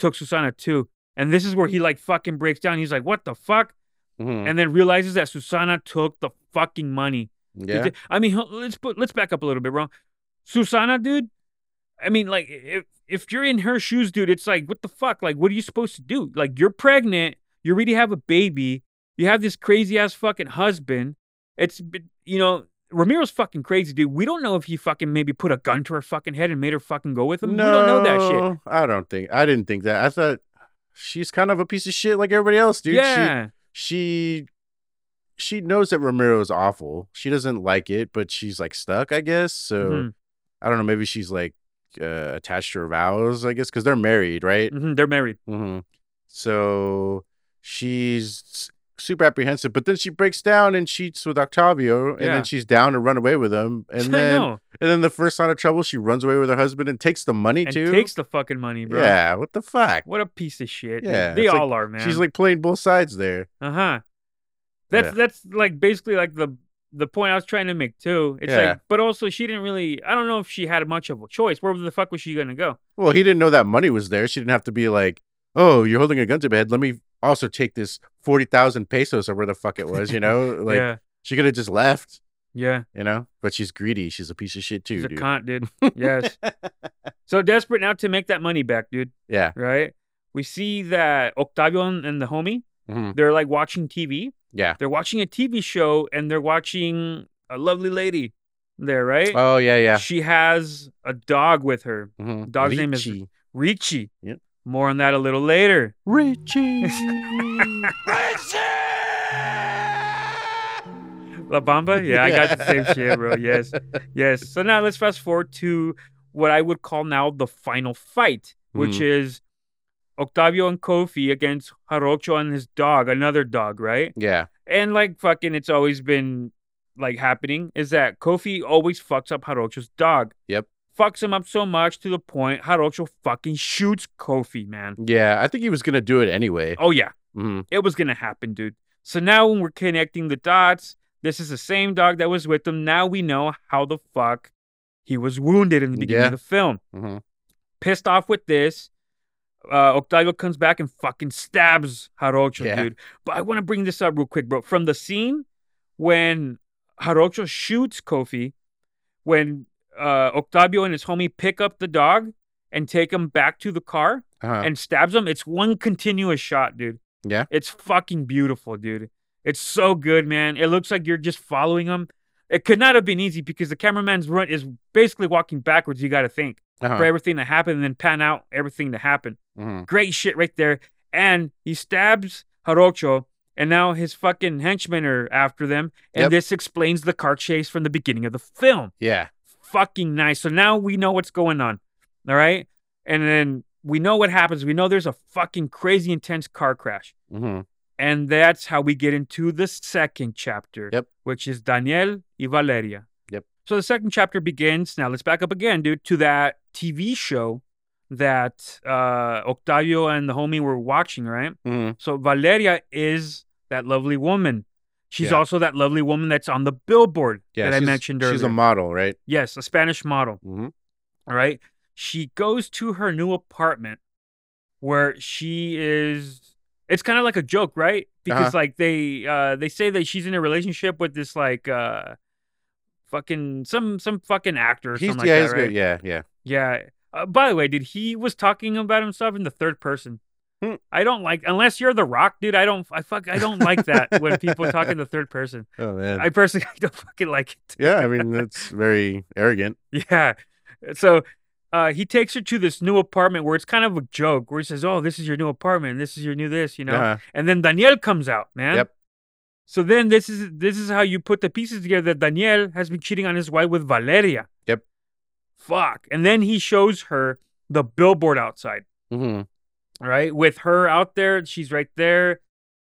C: Took Susana too." And this is where he like fucking breaks down. He's like, "What the fuck?"
D: Mhm.
C: And then realizes that Susana took the fucking money.
D: yeah.
C: It- I mean, h- let's put let's back up a little bit, bro. Susana, dude. I mean, like, if if you're in her shoes, dude, it's like, what the fuck? Like, what are you supposed to do? Like, you're pregnant. You already have a baby. You have this crazy ass fucking husband. It's been- you know. Ramiro's fucking crazy, dude. We don't know if he fucking maybe put a gun to her fucking head and made her fucking go with him. we don't know that shit.
D: No, I don't think. I didn't think that. I thought she's kind of a piece of shit like everybody else, dude.
C: yeah.
D: She, she she knows that Ramiro is awful. She doesn't like it, but she's like stuck, I guess. So
C: Mhm.
D: I don't know. Maybe she's like uh, attached to her vows, I guess, because they're married, right?
C: Mhm. They're married.
D: Mm-hmm. So she's s- super apprehensive, but then she breaks down and cheats with Octavio, and
C: Yeah.
D: then she's down to run away with him. And
C: I
D: then,
C: know.
D: and then the first sign of trouble, she runs away with her husband and takes the money
C: And
D: too.
C: takes the fucking money, bro.
D: Yeah, what the fuck?
C: What a piece of shit. dude.
D: Yeah,
C: They
D: it's like-
C: all are, man.
D: She's like playing both sides there.
C: Uh huh. That's
D: Yeah.
C: that's like basically like the the point I was trying to make too. It's
D: Yeah.
C: like, but also she didn't really. I don't know if she had much of a choice. Where the fuck was she gonna go?
D: Well, he didn't know that money was there. She didn't have to be like, "Oh, you're holding a gun to my head. Let me also take this forty thousand pesos or where the fuck it was." You know, like
C: yeah,
D: she could have just left.
C: yeah.
D: You know, but she's greedy. She's a piece of shit too,
C: She's a
D: dude.
C: cunt, dude. Yes. so desperate now to make that money back, dude.
D: yeah.
C: Right. We see that Octavio and and the homie
D: Mhm.
C: they're like watching TV.
D: Yeah.
C: They're watching a TV show and they're watching a lovely lady there, right?
D: Oh yeah, yeah.
C: She has a dog with her,
D: Mhm.
C: Dog's name is-
D: Richie.
C: Richie.
D: Yep.
C: More on that a little later.
D: Richie.
C: La Bamba? Yeah, I got the same shit, bro. Yes. Yes. So now let's fast forward to what I would call now the final fight, which
D: Mhm.
C: is Octavio and Kofi against Harocho and his dog, another dog, right?
D: Yeah.
C: And like fucking it's always been like happening is that Kofi always fucks up Harocho's dog.
D: Yep.
C: Fucks him up so much to the point Harocho fucking shoots Kofi, man.
D: Yeah. I think he was gonna do it anyway.
C: Oh yeah.
D: Mhm.
C: It was gonna happen, dude. So now when we're connecting the dots, this is the same dog that was with them. Now we know how the fuck he was wounded in the beginning
D: Yeah.
C: of the film.
D: Mhm.
C: Pissed off with this, uh, Octavio comes back and fucking stabs Harocho,
D: Yeah.
C: dude. But I want to bring this up real quick, bro. From the scene when Harocho shoots Kofi, when uh, Octavio and his homie pick up the dog and take him back to the car,
D: Uh-huh.
C: and stabs him. It's one continuous shot, dude.
D: Yeah.
C: It's fucking beautiful, dude. It's so good, man. It looks like you're just following him. It could not have been easy because the cameraman's run is basically walking backwards. You got to think for
D: Uh-huh.
C: everything that happened and then pan out everything that happened.
D: Mhm.
C: Great shit right there. And he stabs Harocho and now his fucking henchmen are after them. And
D: Yep.
C: this explains the car chase from the beginning of the film.
D: Yeah.
C: Fucking nice. So now we know what's going on. All right. And then we know what happens. We know there's a fucking crazy intense car crash.
D: hmm
C: And that's how we get into the second chapter,
D: Yep.
C: which is Daniel y Valeria.
D: Yep.
C: So the second chapter begins. Now let's back up again, dude, to that TV show that uh, Octavio and the homie were watching, right?
D: hmm
C: So Valeria is that lovely woman. She's
D: Yeah.
C: also that lovely woman that's on the billboard
D: Yeah.
C: that I
D: she's-
C: mentioned earlier.
D: She's a model, right?
C: yes, a Spanish model.
D: Mm-hmm.
C: All right. She goes to her new apartment where she is it's kind of like a joke, right? Because
D: Uh-huh.
C: like they uh they say that she's in a relationship with this like uh fucking some some fucking actor or
D: He's,
C: something
D: yeah,
C: like
D: he's
C: that,
D: good.
C: right?
D: Yeah, yeah.
C: Yeah. Uh, by the way, dude, he was talking about himself in the third person.
D: Hmm.
C: I don't like unless you're the Rock, dude. I don't. I fuck. I don't like that when people talk in the third person.
D: Oh man.
C: I personally don't fucking like it.
D: yeah, I mean that's very arrogant.
C: Yeah. So uh, he takes her to this new apartment where it's kind of a joke where he says, "Oh, this is your new apartment. This is your new this," you know.
D: Uh-huh.
C: And then Daniel comes out, man.
D: Yep.
C: So then this is this is how you put the pieces together that Daniel has been cheating on his wife with Valeria.
D: Yep.
C: Fuck. And then he shows her the billboard outside,
D: Mhm.
C: right? With her out there, she's right there.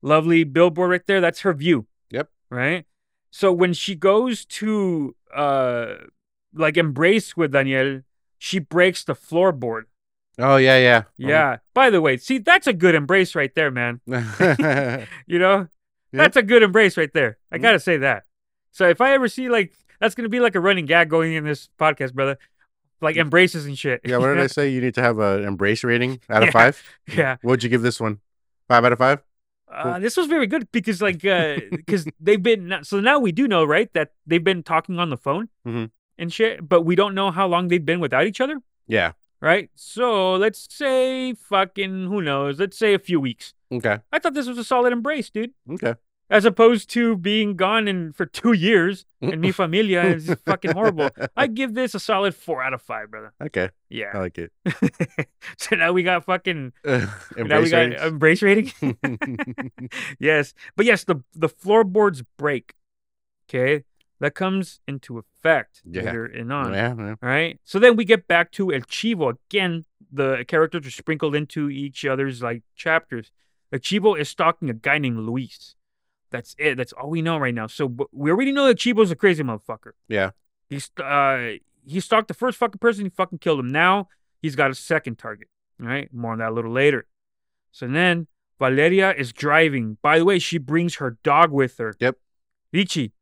C: Lovely billboard right there. That's her view.
D: Yep.
C: Right? So when she goes to uh like embrace with Daniel, she breaks the floorboard.
D: Oh yeah, yeah.
C: Yeah. By the way, see that's a good embrace right there, man.
D: Mhm.
C: You know,
D: Yeah.
C: that's a good embrace right there. I
D: Mm.
C: gotta say that. So if I ever see like that's gonna be like a running gag going in this podcast, brother, like embraces and shit.
D: yeah. What did I say? You need to have an embrace rating out of
C: Yeah.
D: five.
C: Yeah.
D: What would you give this one? Five out of five.
C: Uh, this was very good because like because they've been so now we do know right that they've been talking on the phone
D: Mhm.
C: and shit, but we don't know how long they've been without each other,
D: Yeah.
C: right? So let's say fucking who knows? Let's say a few weeks.
D: Okay.
C: I thought this was a solid embrace, dude.
D: Okay.
C: as opposed to being gone in for two years and mi familia is fucking horrible. I give this a solid four out of five, brother.
D: Okay. I
C: Yeah.
D: like it.
C: so now we got fucking now we
D: embrace
C: got Um,
D: ratings.
C: embrace rating. yes, but yes, the the floorboards break. Okay, that comes into effect
D: Yeah.
C: later and on.
D: yeah, yeah.
C: All right. So then we get back to El Chivo. Again, the characters are sprinkled into each other's like chapters. El Chivo is stalking a guy named Luis. That's it. That's all we know right now. So but we already know El Chivo's a crazy motherfucker.
D: Yeah.
C: He's uh he stalked the first fucking person, he fucking killed him. Now he's got a second target. All right. More on that a little later. So then Valeria is driving. By the way, she brings her dog with her.
D: Yep.
C: Richie.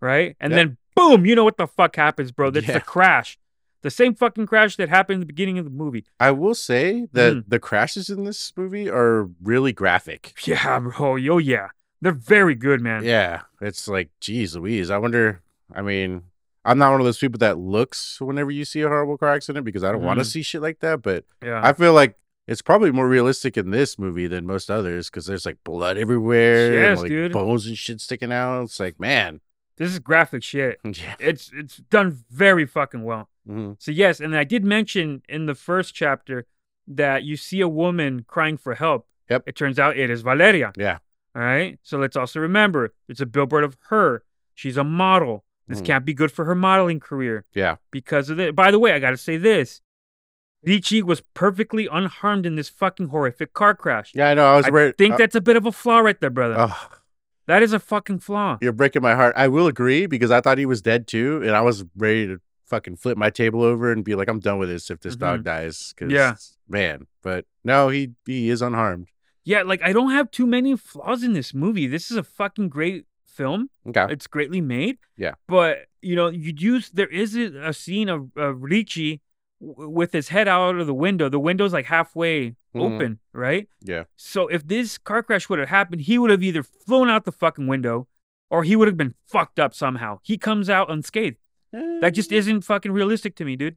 C: Right? And
D: Yep.
C: then boom, you know what the fuck happens, bro. That's
D: Yeah.
C: the crash. The same fucking crash that happened in the beginning of the movie.
D: I will say that
C: Mhm.
D: the crashes in this movie are really graphic.
C: Yeah, bro. Yo, yeah. They're very good, man.
D: Yeah, it's like, geez, Louise. I wonder. I mean, I'm not one of those people that looks whenever you see a horrible car accident because I don't want to
C: Mhm.
D: see shit like that. But
C: Yeah.
D: I feel like it's probably more realistic in this movie than most others because there's like blood everywhere, and,
C: Yes,
D: like
C: dude.
D: bones and shit sticking out. It's like, man,
C: This is graphic shit.
D: yeah.
C: It's it's done very fucking well.
D: Mhm.
C: So yes, and I did mention in the first chapter that you see a woman crying for help.
D: Yep.
C: It turns out it is Valeria.
D: Yeah.
C: All right. So let's also remember it's a billboard of her. She's a model. This
D: Mhm.
C: can't be good for her modeling career.
D: Yeah.
C: Because of that. By the way, I gotta say this. Richie was perfectly unharmed in this fucking horrific car crash.
D: Yeah, I know. I was
C: I
D: worried.
C: think
D: uh,
C: that's a bit of a flaw right there, brother.
D: oh,
C: that is a fucking flaw.
D: you're breaking my heart. I will agree because I thought he was dead too, and I was ready to fucking flip my table over and be like, I'm done with this if this dog dies. 'cause,
C: Mm-hmm. Yeah.
D: man. But no, he he is unharmed.
C: Yeah, like I don't have too many flaws in this movie. This is a fucking great film.
D: Okay.
C: It's greatly made.
D: Yeah.
C: But you know, you use there is a a scene of, of Richie w- with his head out of the window. The window's like halfway
D: Mm-hmm.
C: open, right?
D: Yeah.
C: So if this car crash would have happened, he would have either flown out the fucking window or he would have been fucked up somehow. He comes out unscathed. That just
D: Eh.
C: isn't fucking realistic to me, dude.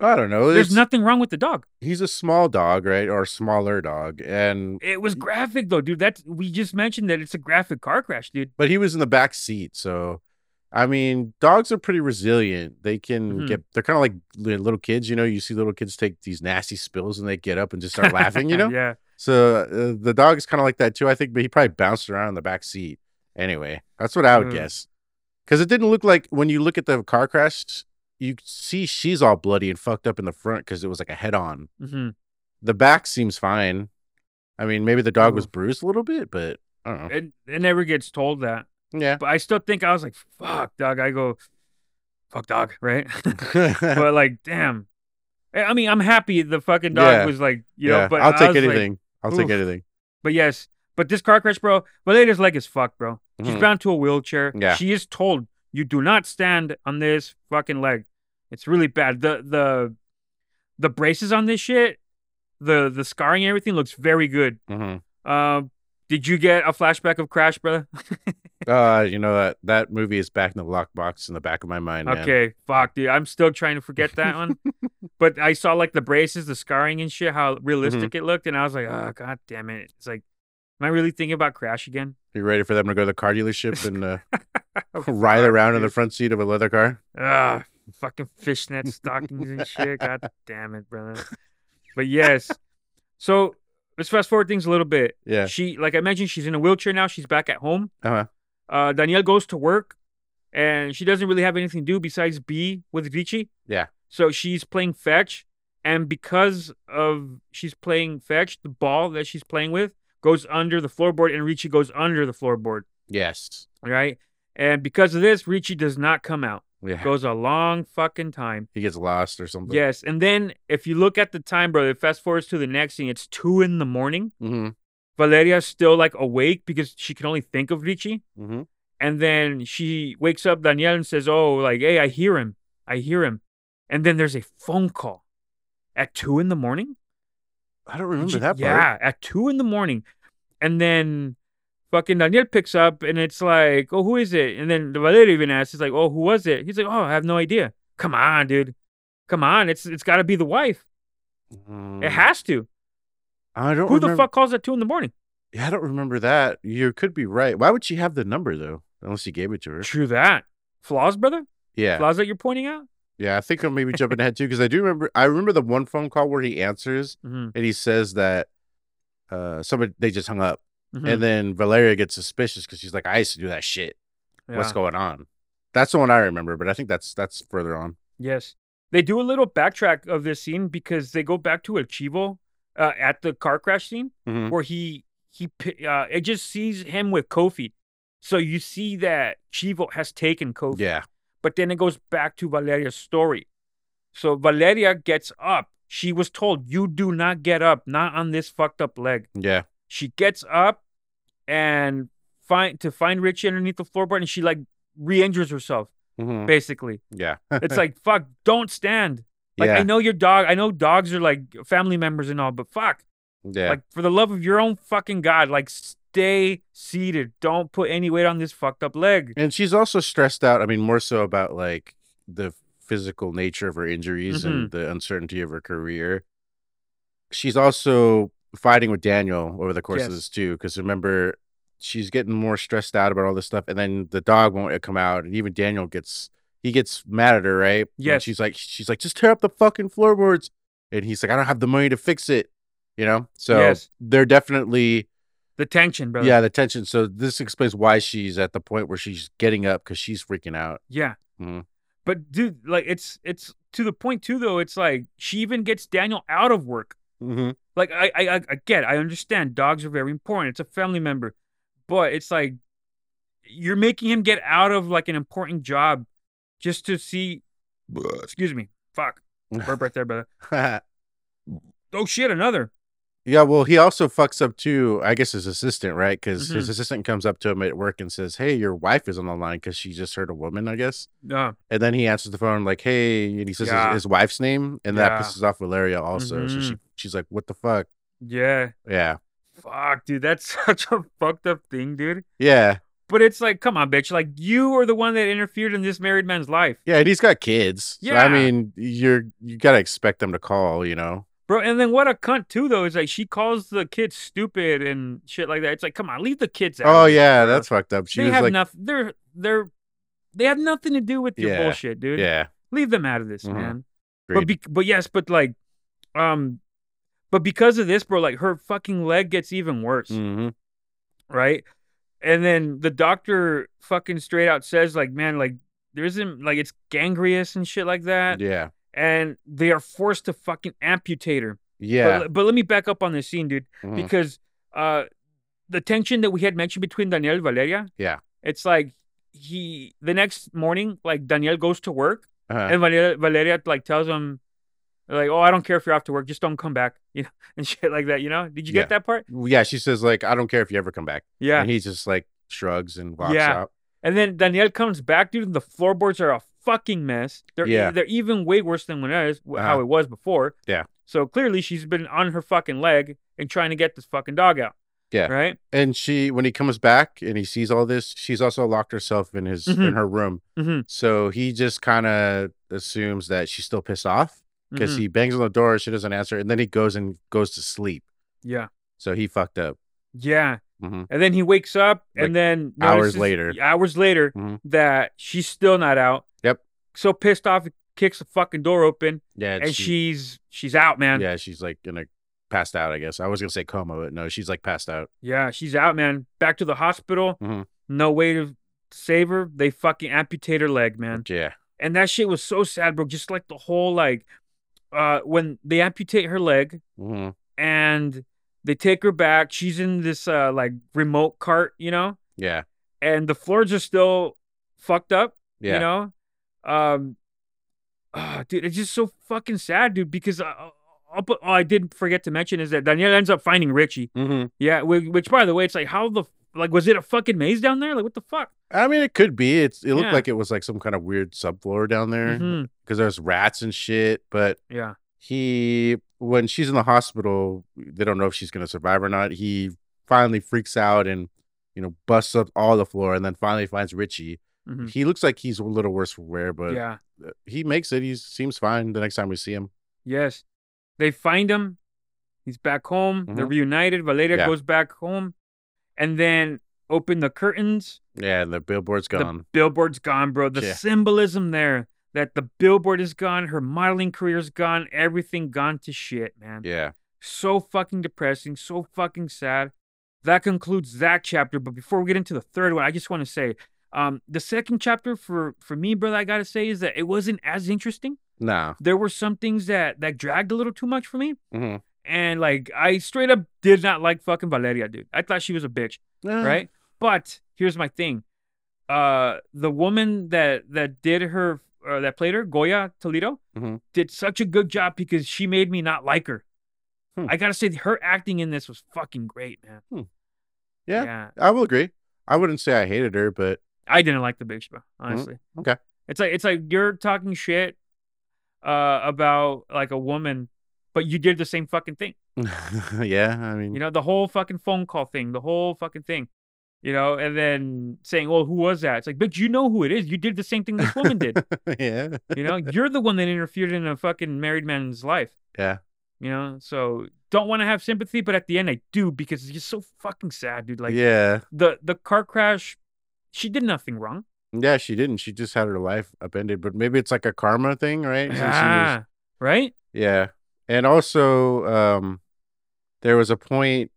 D: I don't know.
C: There's
D: There's nothing.
C: nothing wrong with the dog.
D: He's a small dog, right, or a smaller dog, and
C: It was graphic though, dude. That's we just mentioned that it's a graphic car crash, dude.
D: but he was in the back seat. So, I mean, dogs are pretty resilient. They can
C: Mhm.
D: get, they're kind of like li- little kids, you know, you see little kids take these nasty spills and they get up and just start laughing, you know?
C: yeah.
D: So uh, the dog's kind of like that too, I think, but he probably bounced around in the back seat. Anyway, that's what I would
C: Hmm.
D: guess. Because it didn't look like when you look at the car crash, you see she's all bloody and fucked up in the front because it was like a head on.
C: Mm-hmm.
D: The back seems fine. I mean, maybe the dog was
C: Ooh.
D: bruised a little bit, but I don't know.
C: It, it never gets told that.
D: Yeah.
C: But I still think I was like, fuck, dog. I go, fuck, dog, right? but like, damn. I I mean, I'm happy the fucking dog
D: Yeah.
C: was like, you
D: yeah,
C: know, but
D: I'll
C: I
D: take
C: was like-
D: anything. I'll take
C: oof.
D: anything.
C: but yes, but this car crash, bro, my lady's leg is fucked, bro. She's
D: Mhm.
C: bound to a wheelchair.
D: Yeah.
C: She is told you do not stand on this fucking leg. It's really bad. The the the braces on this shit, the the scarring and everything looks very good.
D: Mhm.
C: Um, did you get a flashback of Crash, brother?
D: Uh, you know that that movie is back in the lockbox in the back of my mind. man.
C: Okay, fuck, dude. I'm still trying to forget that one. but I saw like the braces, the scarring and shit, how
D: Mm-hmm.
C: realistic it looked, and I was like, oh god damn it. It's like, am I really thinking about Crash again?
D: You ready for them to go to the car dealership and uh, ride around in the front seat of a leather car?
C: Ah, fucking fishnet stockings and shit. God damn it, brother. But yes. So let's fast forward things a little bit.
D: Yeah.
C: She, like I mentioned, she's in a wheelchair now. She's back at home.
D: Uh-huh.
C: Uh, Danielle goes to work and she doesn't really have anything to do besides be with Vici.
D: Yeah.
C: So she's playing fetch. And because of she's playing fetch, the ball that she's playing with goes under the floorboard and Richie goes under the floorboard.
D: Yes.
C: Right. And because of this, Richie does not come out
D: Yeah.
C: goes a long fucking time.
D: He gets lost or something.
C: Yes, and then if you look at the time, brother, fast forwards to the next scene. It's two in the morning.
D: Mm-hmm.
C: Valeria's still like awake because she can only think of Richie.
D: Mm-hmm.
C: And then she wakes up Danielle and says, "Oh, like hey, I hear him, I hear him." And then there's a phone call at two in the morning.
D: I don't remember
C: She-
D: that part.
C: Yeah, at two in the morning. And then fucking Daniel picks up and it's like, oh, who is it? And then Valeria even asks, it's like, oh, who was it? He's like, oh, I have no idea. Come on, dude. Come on. It's it's gotta be the wife.
D: Mm.
C: It has to.
D: I don't
C: Who
D: remember.
C: the fuck calls at two in the morning?
D: Yeah, I don't remember that. You could be right. Why would she have the number though? Unless he gave it to her.
C: True that. Flaws, brother?
D: Yeah.
C: Flaws that you're pointing out?
D: Yeah. I think I'm maybe jumping ahead too because I do remember. I remember the one phone call where he answers
C: Mm-hmm.
D: and he says that uh somebody they just hung up,
C: And
D: and then Valeria gets suspicious because she's like, I used to do that shit. What's going on? That's the one I remember, but I think that's that's further on.
C: Yes. They do a little backtrack of this scene because they go back to Archivo uh, at the car crash scene.
D: Mhm.
C: where he he pi- uh, it just sees him with Kofi. So you see that Chivo has taken Kofi,
D: Yeah.
C: but then it goes back to Valeria's story. So Valeria gets up. She was told, "You do not get up, not on this fucked up leg."
D: Yeah.
C: She gets up and find to find Richie underneath the floorboard, and she like re-injures herself.
D: Mhm.
C: Basically,
D: Yeah.
C: it's like fuck, don't stand. Like
D: yeah.
C: I know your dog. I know dogs are like family members and all, but fuck,
D: yeah.
C: like for the love of your own fucking god, like stay seated. Don't put any weight on this fucked up leg.
D: and she's also stressed out. I mean, more so about like the physical nature of her
C: Mm-hmm.
D: injuries and the uncertainty of her career. She's also fighting with Daniel over the course
C: Yes.
D: of this too, because remember, she's getting more stressed out about all this stuff, and then the dog won't uh, come out, and even Daniel gets he gets mad at her, right? And
C: Yes.
D: she's like, she's like, just tear up the fucking floorboards, and he's like, I don't have the money to fix it, you know. So
C: Yes.
D: they're definitely
C: The tension, brother.
D: yeah, the tension. So this explains why she's at the point where she's getting up because she's freaking out.
C: Yeah.
D: Mhm.
C: But dude, like it's it's to the point too though, it's like she even gets Daniel out of work.
D: Mm-hmm.
C: Like I I I I get, I understand dogs are very important. It's a family member. But it's like you're making him get out of like an important job just to see excuse me. Fuck. Burp right there, brother. Oh shit, another.
D: yeah, well, he also fucks up too. I guess his assistant, right? Because his
C: Mhm.
D: assistant comes up to him at work and says, "Hey, your wife is on the line because she just heard a woman." I guess.
C: Uh,
D: And then he answers the phone like, "Hey," and he says
C: Yeah.
D: his, his wife's name, and
C: Yeah. Mm-hmm.
D: that pisses off Valeria also. So she she's like, "What the fuck?"
C: yeah.
D: Yeah,
C: Fuck, dude, that's such a fucked up thing, dude.
D: yeah,
C: But it's like, come on, bitch. Like you are the one that interfered in this married man's life,
D: yeah. And he's got kids. So, I
C: Yeah.
D: mean, you're you gotta expect them to call. You know. Oh,
C: bro. And then what a cunt too, though, is like she calls the kids stupid and shit like that. It's like, come on, leave the kids out.
D: Oh
C: of this,
D: yeah,
C: bro.
D: that's fucked up. She
C: they
D: was
C: have
D: like,
C: nothing. They're they're they have nothing to do with your
D: Yeah.
C: bullshit, dude.
D: yeah.
C: Leave them out of this,
D: Mhm.
C: man.
D: Agreed.
C: But be, but yes, but like, um, But because of this, bro, like her fucking leg gets even worse,
D: Mm-hmm.
C: right? And then the doctor fucking straight out says, like, man, like there isn't like it's gangrenous and shit like that.
D: Yeah.
C: And they are forced to fucking amputate her.
D: Yeah.
C: But, but let me back up on this scene, dude,
D: Mhm.
C: because uh, the tension that we had mentioned between Daniel and Valeria.
D: Yeah.
C: It's like he the next morning, like Daniel goes to work
D: Uh-huh.
C: and Valeria, Valeria like tells him, like, "Oh, I don't care if you're off to work. Just don't come back," you know, and shit like that. You know? Did you
D: Yeah.
C: get that part?
D: yeah. She says like, I don't care if you ever come back.
C: Yeah.
D: And he just like shrugs and walks
C: Yeah.
D: out.
C: and then Danielle comes back, dude. And the floorboards are a fucking mess. They're e-
D: Yeah.
C: they're even way worse than when it is, wh- how
D: Uh-huh.
C: it was before.
D: Yeah.
C: So clearly she's been on her fucking leg and trying to get this fucking dog out.
D: Yeah.
C: Right.
D: And she, when he comes back and he sees all this, she's also locked herself in his in
C: Mhm.
D: her room.
C: Mhm.
D: So he just kind of assumes that she's still pissed off because
C: Mhm.
D: he bangs on the door, she doesn't answer, and then he goes and goes to sleep.
C: Yeah.
D: So he fucked up.
C: Yeah.
D: hmm
C: And then he wakes up
D: Like,
C: and then
D: hours
C: notices-
D: later.
C: hours later,
D: Mhm.
C: that she's still not out.
D: Yep.
C: So pissed off, he kicks the fucking door open,
D: Yeah.
C: and she's she's out, man.
D: yeah, she's like gonna passed out. I guess I was gonna say coma, but no, she's like passed out.
C: Yeah, she's out, man. Back to the hospital.
D: Mhm.
C: No way to save her. They fucking amputate her leg, man.
D: Yeah.
C: And that shit was so sad, bro. Just like the whole like, uh, when they amputate her leg
D: hmm
C: and they take her back, she's in this uh like remote cart, you know,
D: Yeah.
C: and the floors are still fucked up.
D: Yeah.
C: you know um ah, dude it's just so fucking sad dude because uh, uh, but oh, i did forget to mention is that danielle ends up finding richie
D: hmm
C: yeah which, which by the way it's like how the f- like was it a fucking maze down there like what the fuck
D: I mean, it could be. It's it looked
C: Yeah.
D: like it was like some kind of weird subfloor down there
C: Mhm,
D: because there's rats and shit. But
C: yeah
D: he, when she's in the hospital, they don't know if she's gonna survive or not. He finally freaks out and you know busts up all the floor, and then finally finds Richie.
C: mhm,
D: He looks like he's a little worse for wear, but
C: yeah
D: uh, he makes it. He seems fine the next time we see him.
C: yes they find him he's back home they're reunited valeria
D: Mm-hmm. Yeah.
C: goes back home and then open the curtains
D: Yeah, and the billboard's
C: The
D: gone.
C: billboard's gone, bro. The
D: Yeah.
C: symbolism there that the billboard is gone, her modeling career's gone, everything gone to shit, man.
D: yeah.
C: So fucking depressing, so fucking sad. That concludes that chapter. But before we get into the third one, I just want to say, um, the second chapter for for me, brother, I gotta say is that it wasn't as interesting.
D: Nah.
C: There were some things that that dragged a little too much for me,
D: hmm
C: and like I straight up did not like fucking Valeria, dude. I thought she was a bitch
D: Mm-hmm.
C: right? But here's my thing: uh, the woman that that did her or that played her, Goya Toledo,
D: Mhm.
C: did such a good job because she made me not like her.
D: Hmm.
C: I gotta say, her acting in this was fucking great, man.
D: Hmm. Yeah. I will agree. I wouldn't say I hated her, but
C: I didn't like the bitch, bro. Honestly,
D: Mm-hmm. okay.
C: it's like it's like you're talking shit uh, about like a woman, but you did the same fucking thing.
D: yeah, I mean,
C: You know, the whole fucking phone call thing, the whole fucking thing. You know, and then saying, "Well, who was that?" It's like, "Bitch, you know who it is. You did the same thing this woman did.
D: yeah,
C: You know, you're the one that interfered in a fucking married man's life.
D: yeah,
C: You know, so don't want to have sympathy, but at the end, I do because it's just so fucking sad, dude. Like
D: yeah,
C: the the car crash, she did nothing wrong.
D: yeah. She didn't. She just had her life upended. But maybe it's like a karma thing, right? Since she was-
C: Yeah, Ah, right.
D: yeah. And also, um, there was a point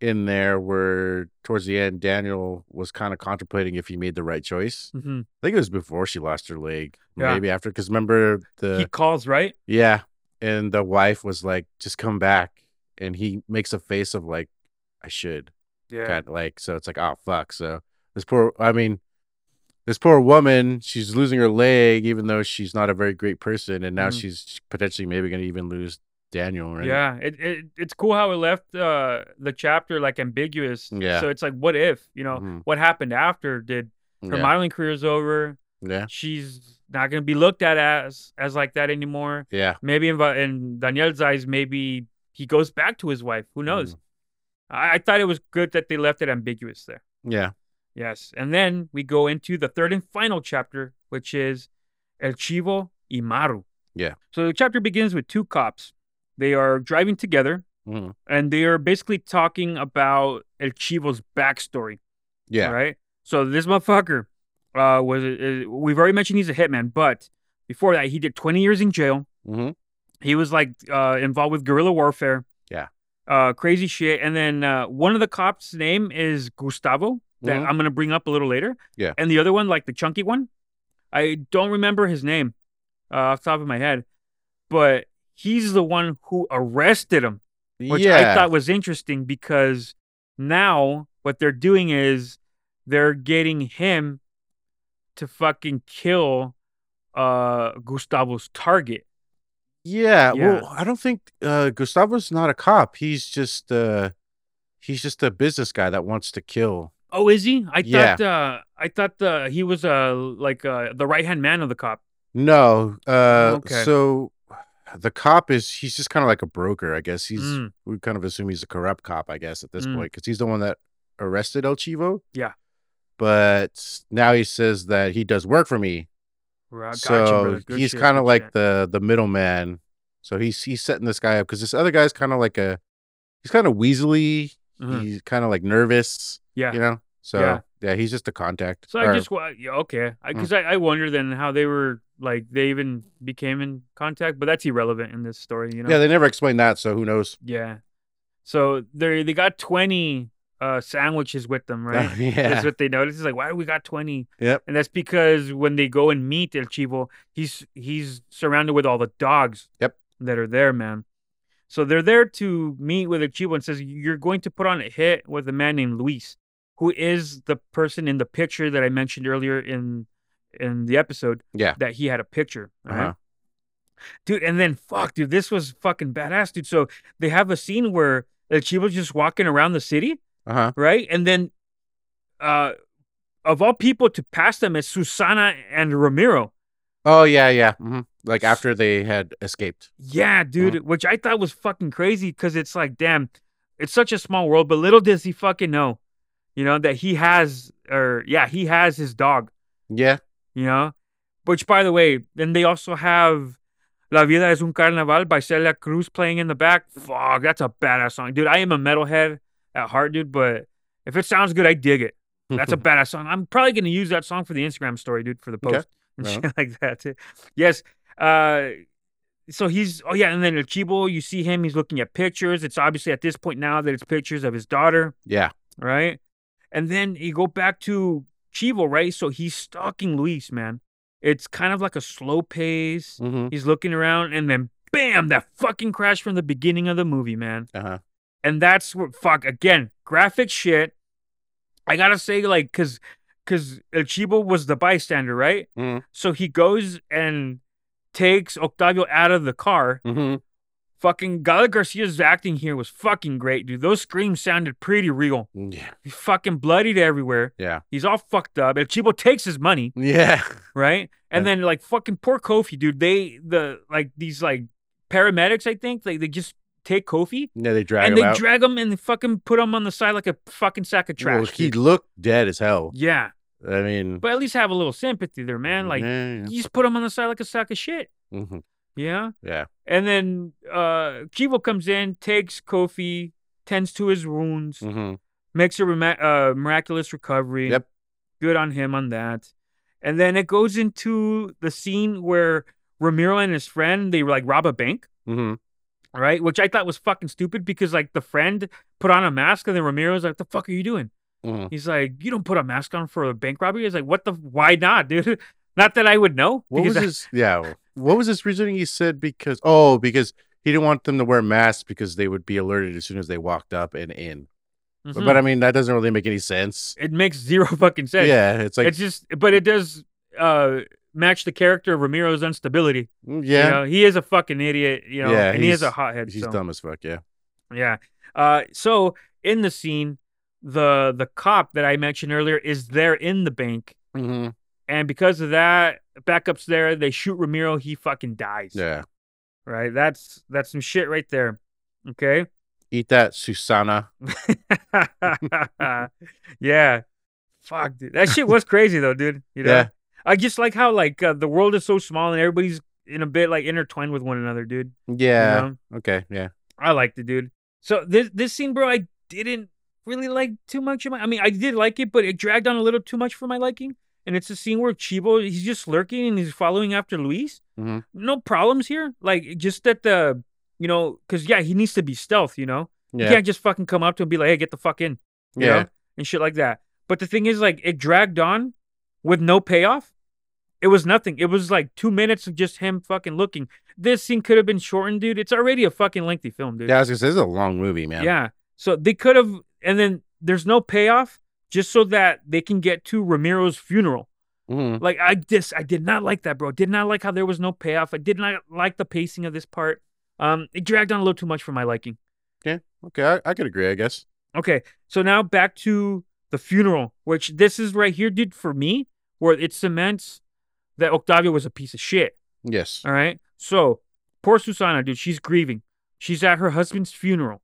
D: in there where towards the end, Daniel was kind of contemplating if he made the right choice.
C: hmm
D: I think it was before she lost her leg,
C: Yeah.
D: maybe after. Because remember the
C: he calls right.
D: Yeah. And the wife was like, just come back. And he makes a face of like, I should.
C: Yeah,
D: Kind of like, so it's like, oh, fuck. So this poor, I mean, this poor woman, she's losing her leg, even though she's not a very great person. And now
C: Mhm.
D: she's potentially maybe going to even lose Daniel, right?
C: yeah. It, it it's cool how it left uh the chapter like ambiguous.
D: Yeah.
C: So it's like, what if you know
D: Mhm.
C: what happened after? Did her
D: Yeah.
C: modeling career is over.
D: yeah.
C: She's not gonna be looked at as as like that anymore.
D: Yeah.
C: Maybe in, Va- in Daniel's eyes, maybe he goes back to his wife. Who
D: Mm.
C: knows? I, I thought it was good that they left it ambiguous there.
D: Yeah.
C: Yes, and then we go into the third and final chapter, which is El Chivo y Maru.
D: Yeah.
C: So the chapter begins with two cops. They are driving together,
D: Mhm.
C: and they are basically talking about El Chivo's backstory.
D: Yeah.
C: All right. So this motherfucker uh, was, uh, we've already mentioned he's a hitman, but before that, he did 20 years in jail.
D: Mhm.
C: He was like uh, involved with guerrilla warfare.
D: Yeah.
C: Uh, crazy shit. And then uh, one of the cops' name is Gustavo that
D: Mhm.
C: I'm gonna bring up a little later.
D: Yeah.
C: And the other one, like the chunky one, I don't remember his name uh, off the top of my head, but he's the one who arrested him which I thought was interesting because now what they're doing is they're getting him to fucking kill uh Gustavo's target.
D: yeah,
C: Yeah.
D: Well, I don't think uh, Gustavo's not a cop. He's just uh, he's just a business guy that wants to kill.
C: Oh, is he? I
D: Yeah.
C: thought uh I thought uh he was uh like uh the right hand man of the cop.
D: No. Uh,
C: Okay.
D: So the cop is he's just kind of like a broker, I guess. He's
C: Mm,
D: we kind of assume he's a corrupt cop, I guess, at this
C: Mm.
D: point, because he's the one that arrested El Chivo.
C: Yeah.
D: But now he says that he does work for me.
C: right, gotcha,
D: so
C: brother. Good
D: he's
C: shit,
D: kind of
C: good
D: like
C: shit.
D: the the middleman. So he's he's setting this guy up because this other guy's kind of like a he's kind of weaselly.
C: Mhm.
D: He's kind of like nervous,
C: yeah.
D: you know. So yeah.
C: Yeah.
D: he's just a contact.
C: So
D: or- Mm.
C: I just wa- yeah, okay, because I, I wonder then how they were like they even became in contact, but that's irrelevant in this story, you know.
D: yeah, they never explained that, so who knows?
C: Yeah. So they they got twenty uh sandwiches with them, right?
D: yeah,
C: That's what they noticed. It's like, why do we got twenty?
D: Yep.
C: And that's because when they go and meet El Chivo, he's he's surrounded with all the dogs
D: Yep.
C: that are there, man. So they're there to meet with El Chivo and says, You're going to put on a hit with a man named Luis, who is the person in the picture that I mentioned earlier in in the episode.
D: Yeah.
C: That he had a picture. all right?
D: Uh-huh.
C: dude. And then fuck, dude, this was fucking badass, dude. So they have a scene where El Chivo's just walking around the city,
D: uh huh.
C: right? And then, uh, of all people to pass them is Susana and Ramiro.
D: Oh yeah, yeah. mhm. Like after they had escaped.
C: Yeah, dude, which I thought was fucking crazy because it's like, damn, it's such a small world. But little does he fucking know, you know, that he has, or yeah, he has his dog.
D: Yeah.
C: you know. Which, by the way, then they also have "La Vida Es Un Carnaval" by Celia Cruz playing in the back. Fuck, that's a badass song, dude. I am a metalhead at heart, dude, but if it sounds good, I dig it. That's a badass song. I'm probably gonna use that song for the Instagram story, dude, for the
D: Okay.
C: post and
D: Right on.
C: shit like that. Too. Yes. Uh, so he's oh yeah, and then El Chibo, you see him. He's looking at pictures. It's obviously at this point now that it's pictures of his daughter
D: yeah.
C: right? And then you go back to Chivo, right? So he's stalking Luis, man. It's kind of like a slow pace.
D: hmm
C: He's looking around, and then bam, that fucking crash from the beginning of the movie, man.
D: Uh huh.
C: And that's what fuck again, graphic shit. I gotta say, like, cause, cause El Chivo was the bystander, right?
D: Mhm.
C: So he goes and takes Octavio out of the car.
D: hmm
C: Fucking Gala Garcia's acting here was fucking great, dude. Those screams sounded pretty real.
D: Yeah.
C: He's fucking bloodied everywhere.
D: Yeah.
C: He's all fucked up. El Chivo takes his money,
D: Yeah.
C: right? And
D: Yeah.
C: then like fucking poor Kofi, dude. They the like these like paramedics, I think, like they just take Kofi
D: Yeah. They drag
C: and
D: him
C: they
D: out.
C: drag him and they fucking put him on the side like a fucking sack of
D: Well,
C: trash.
D: he
C: dude.
D: looked dead as hell.
C: yeah.
D: I mean,
C: But at least have a little sympathy there, man. Like
D: yeah,
C: you just put him on the side like a sack of shit.
D: yeah. Mhm.
C: Yeah.
D: Yeah.
C: And then uh Chivo comes in, takes Kofi, tends to his wounds,
D: Mhm.
C: makes a rema- uh, miraculous recovery.
D: Yep.
C: good on him on that. And then it goes into the scene where Ramiro and his friend they like rob a bank,
D: Mhm.
C: Mm-hmm. right? Which I thought was fucking stupid because like the friend put on a mask and then Ramiro's like, "The fuck are you doing?"
D: Mhm.
C: He's like, "You don't put a mask on for a bank robbery." He's like, "What the? Why not, dude? Not that I would know."
D: What was
C: because I-
D: his? Yeah. What was his reasoning? He said because oh because he didn't want them to wear masks because they would be alerted as soon as they walked up and in.
C: Mhm.
D: But I mean that doesn't really make any sense.
C: it makes zero fucking sense.
D: yeah, it's like
C: it's just, but it does uh match the character of Ramiro's instability.
D: mm,
C: You
D: yeah,
C: know, he is a fucking idiot. You know,
D: Yeah,
C: and he is a
D: he's-
C: hothead.
D: he's
C: so.
D: dumb as fuck. Yeah.
C: Yeah. Uh, so in the scene, the the cop that I mentioned earlier is there in the bank,
D: hmm
C: and because of that, backup's there. They shoot Ramiro. He fucking dies.
D: Yeah.
C: Right. That's that's some shit right there. Okay.
D: Eat that, Susana.
C: yeah. Fuck, dude. That shit was crazy though, dude. You know.
D: Yeah.
C: I just like how like uh, the world is so small and everybody's in a bit like intertwined with one another, dude. you
D: Yeah.
C: know?
D: Okay. Yeah.
C: I liked it, dude. So this this scene, bro, I didn't really like too much. Of my, I mean, I did like it, but it dragged on a little too much for my liking. And it's a scene where Chibo he's just lurking and he's following after Luis.
D: Mhm.
C: No problems here. Like just that the you know, because yeah, he needs to be stealth, you know. You can't just fucking come up to him and be like, hey, get the fuck in. you
D: yeah.
C: know, and shit like that. But the thing is, like, it dragged on with no payoff. It was nothing. It was like two minutes of just him fucking looking. This scene could have been shortened, dude. It's already a fucking lengthy film, dude.
D: Yeah, I was gonna say, this is a long movie, man.
C: Yeah. So they could have, and then there's no payoff just so that they can get to Ramiro's funeral.
D: Mhm.
C: Like I just I did not like that, bro. Did not like how there was no payoff. I did not like the pacing of this part. Um, it dragged on a little too much for my liking.
D: Okay, I, I could agree, I guess.
C: Okay, so now back to the funeral, which this is right here, dude, for me, where it cements that Octavio was a piece of shit.
D: Yes.
C: All right. So poor Susana, dude, she's grieving. She's at her husband's funeral.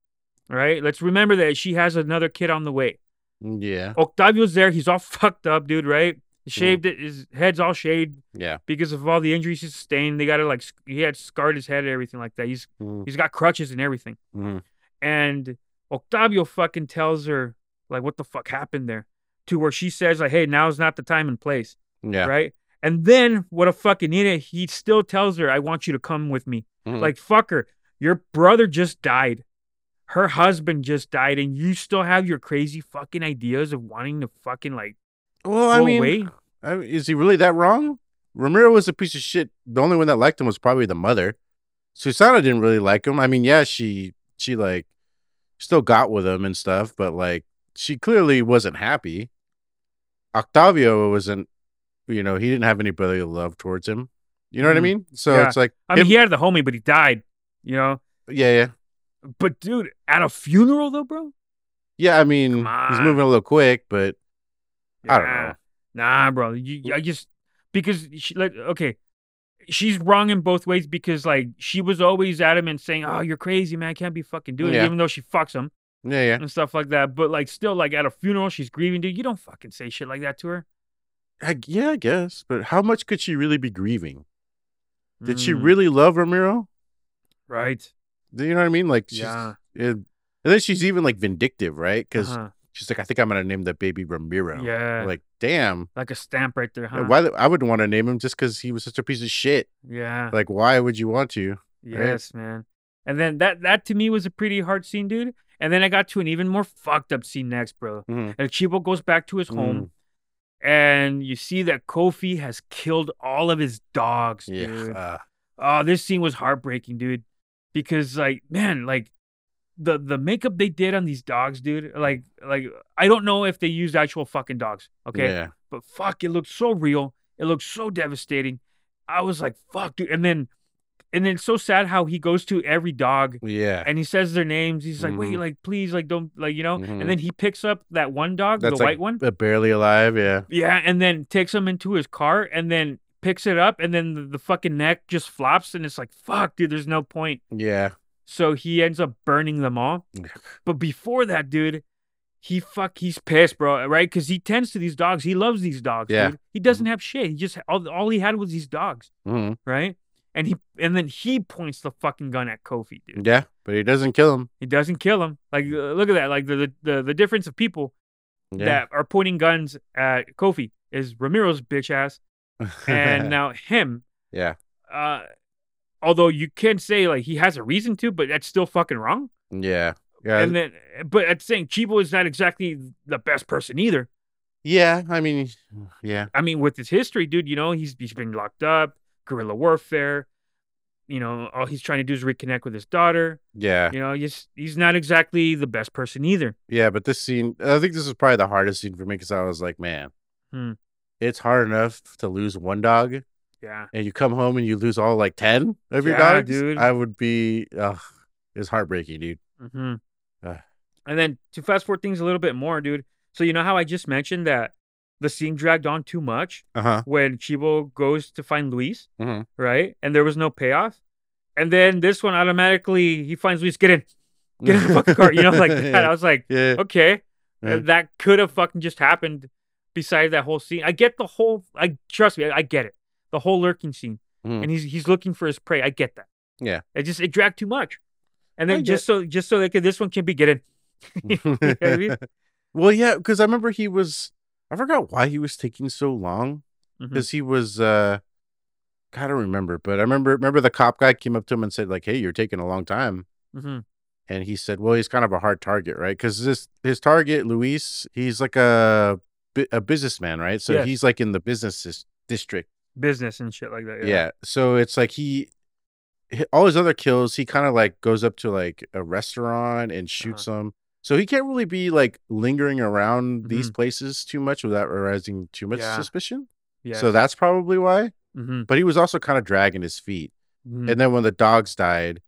C: All right. Let's remember that she has another kid on the way.
D: Mm, Yeah.
C: Octavio's there. He's all fucked up, dude, right? Shaved it. His head's all shaved
D: Yeah.
C: because of all the injuries he sustained. They got to like, sc- he had scarred his head and everything like that. He's,
D: Mhm.
C: he's got crutches and everything
D: Mhm.
C: and Octavio fucking tells her like what the fuck happened there to where she says like hey now's not the time and place
D: Yeah.
C: right and then what a fucking idiot he still tells her I want you to come with me
D: Mhm.
C: like fucker your brother just died her husband just died and you still have your crazy fucking ideas of wanting to fucking like
D: well,
C: go
D: I mean,
C: away
D: I mean, is he really that wrong? Ramiro was a piece of shit. The only one that liked him was probably the mother. Susana didn't really like him. I mean, yeah, she she like still got with him and stuff, but like she clearly wasn't happy. Octavio wasn't, you know, he didn't have any brotherly love towards him. You know what I
C: Mm.
D: mean? So
C: Yeah.
D: it's like,
C: I mean
D: him-
C: he had the homie but he died you know
D: yeah, yeah,
C: but dude at a funeral though bro
D: yeah. I mean,
C: Come
D: he's
C: on.
D: moving a little quick, but I don't know.
C: Nah, bro. You, I just because she like okay, she's wrong in both ways because like she was always adamant saying, "Oh, you're crazy, man. I can't be fucking doing it,"
D: Yeah.
C: even though she fucks him
D: yeah, yeah.
C: and stuff like that. But like still, like at a funeral, she's grieving, dude. You don't fucking say shit like that to her.
D: I, yeah, I guess. But how much could she really be grieving? Did she
C: Mm,
D: really love Ramiro?
C: Right.
D: Do you know what I mean? Like, she's,
C: Yeah.
D: and, and then she's even like vindictive, right? Because
C: Uh-huh.
D: she's like, I think I'm gonna name the baby Ramiro.
C: yeah, Uh-huh. like,
D: Like, damn,
C: a stamp right there, huh?
D: why? the- I wouldn't want to name him just because he was such a piece of shit.
C: Yeah.
D: Like, why would you want to? right?
C: Yes, man. And then that that to me was a pretty hard scene, dude. And then I got to an even more fucked up scene next, bro.
D: Mhm.
C: El Chivo goes back to his
D: Mm.
C: home, and you see that Kofi has killed all of his dogs,
D: Yeah.
C: dude.
D: uh,
C: Oh, this scene was heartbreaking, dude. Because like, man, like the the makeup they did on these dogs, dude. Like, like I don't know if they used actual fucking dogs. Okay
D: Yeah.
C: but fuck, it looked so real. It looked so devastating. I was like, fuck, dude. And then, and then it's so sad how he goes to every dog
D: Yeah.
C: and he says their names. He's like, wait,
D: Mhm.
C: like, please, like, don't, like, you know.
D: Mhm.
C: And then he picks up that one dog,
D: That's
C: the
D: like
C: white one.
D: but barely alive. Yeah.
C: Yeah. And then takes him into his car and then picks it up. And then the, the fucking neck just flops. And it's like, fuck, dude, there's no point.
D: Yeah.
C: So he ends up burning them all. But before that, dude, he fuck, he's pissed, bro. Right? Because he tends to these dogs. He loves these dogs.
D: Yeah. Mm-hmm.
C: Dude. He doesn't have shit. He just all, all he had was these dogs.
D: Mhm.
C: Right? And he and then he points the fucking gun at Kofi, dude.
D: Yeah. But he doesn't kill him.
C: He doesn't kill him. Like uh, look at that. Like the the, the, the difference of people
D: Mm. Yeah.
C: that are pointing guns at Kofi is Ramiro's bitch ass, and now him.
D: yeah.
C: Uh, although you can say like he has a reason to, but that's still fucking wrong.
D: Yeah. Yeah.
C: and then but at saying Chibo is not exactly the best person either.
D: yeah. I mean, yeah.
C: I mean, with his history, dude, you know, he's he's been locked up, guerrilla warfare. You know, all he's trying to do is reconnect with his daughter.
D: Yeah.
C: You know, he's he's not exactly the best person either.
D: Yeah, but this scene, I think this is probably the hardest scene for me because I was like, man,
C: Hmm.
D: it's hard enough to lose one dog,
C: Yeah.
D: and you come home and you lose all like ten of your
C: Yeah,
D: dogs.
C: dude.
D: I would be, ugh, it's heartbreaking, dude.
C: Mm-hmm.
D: Ah.
C: And then to fast forward things a little bit more, dude. So you know how I just mentioned that the scene dragged on too much
D: Uh huh.
C: when Chibo goes to find Luis,
D: Mhm.
C: right? And there was no payoff. And then this one automatically he finds Luis. Get in. get in the fucking car. You know, like that. I
D: yeah.
C: was like,
D: Yeah.
C: okay,
D: Yeah.
C: that could have fucking just happened. Beside that whole scene, I get the whole. I trust me, I, I get it. The whole lurking scene,
D: Mhm.
C: and he's he's looking for his prey. I get that.
D: Yeah.
C: it just it dragged too much, and
D: I
C: then just so just so they could this one can be get in. know what I mean?
D: well, yeah, because I remember he was, I forgot why he was taking so long.
C: Mhm.
D: because he was uh I don't remember, but I remember remember the cop guy came up to him and said like, "Hey, you're taking a long time,"
C: Mhm.
D: and he said, "Well, he's kind of a hard target, right? Because this his target, Luis, he's like a bu- a businessman, right? So
C: Yes.
D: he's like in the business dis- district.
C: business and shit like that.
D: Yeah. So it's like he, he- all his other kills, he kind of like goes up to like a restaurant
C: Uh-huh.
D: and shoots them. So he can't really be like lingering around these places too much without arousing too much
C: Mm-hmm. Yeah.
D: suspicion.
C: Yeah.
D: So that's probably why.
C: hmm
D: But he was also kind of dragging his feet.
C: Mm-hmm.
D: And then when the dogs died,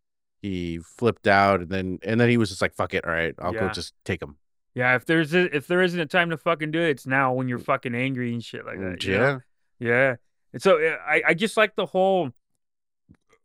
D: he flipped out, and then and then he was just like, "Fuck it, all right, I'll
C: Yeah.
D: go just take him."
C: yeah. If there's a, if there isn't a time to fucking do it, it's now when you're fucking angry and shit like that.
D: Mm,
C: you know? Yeah. And so uh, I, I just like the whole.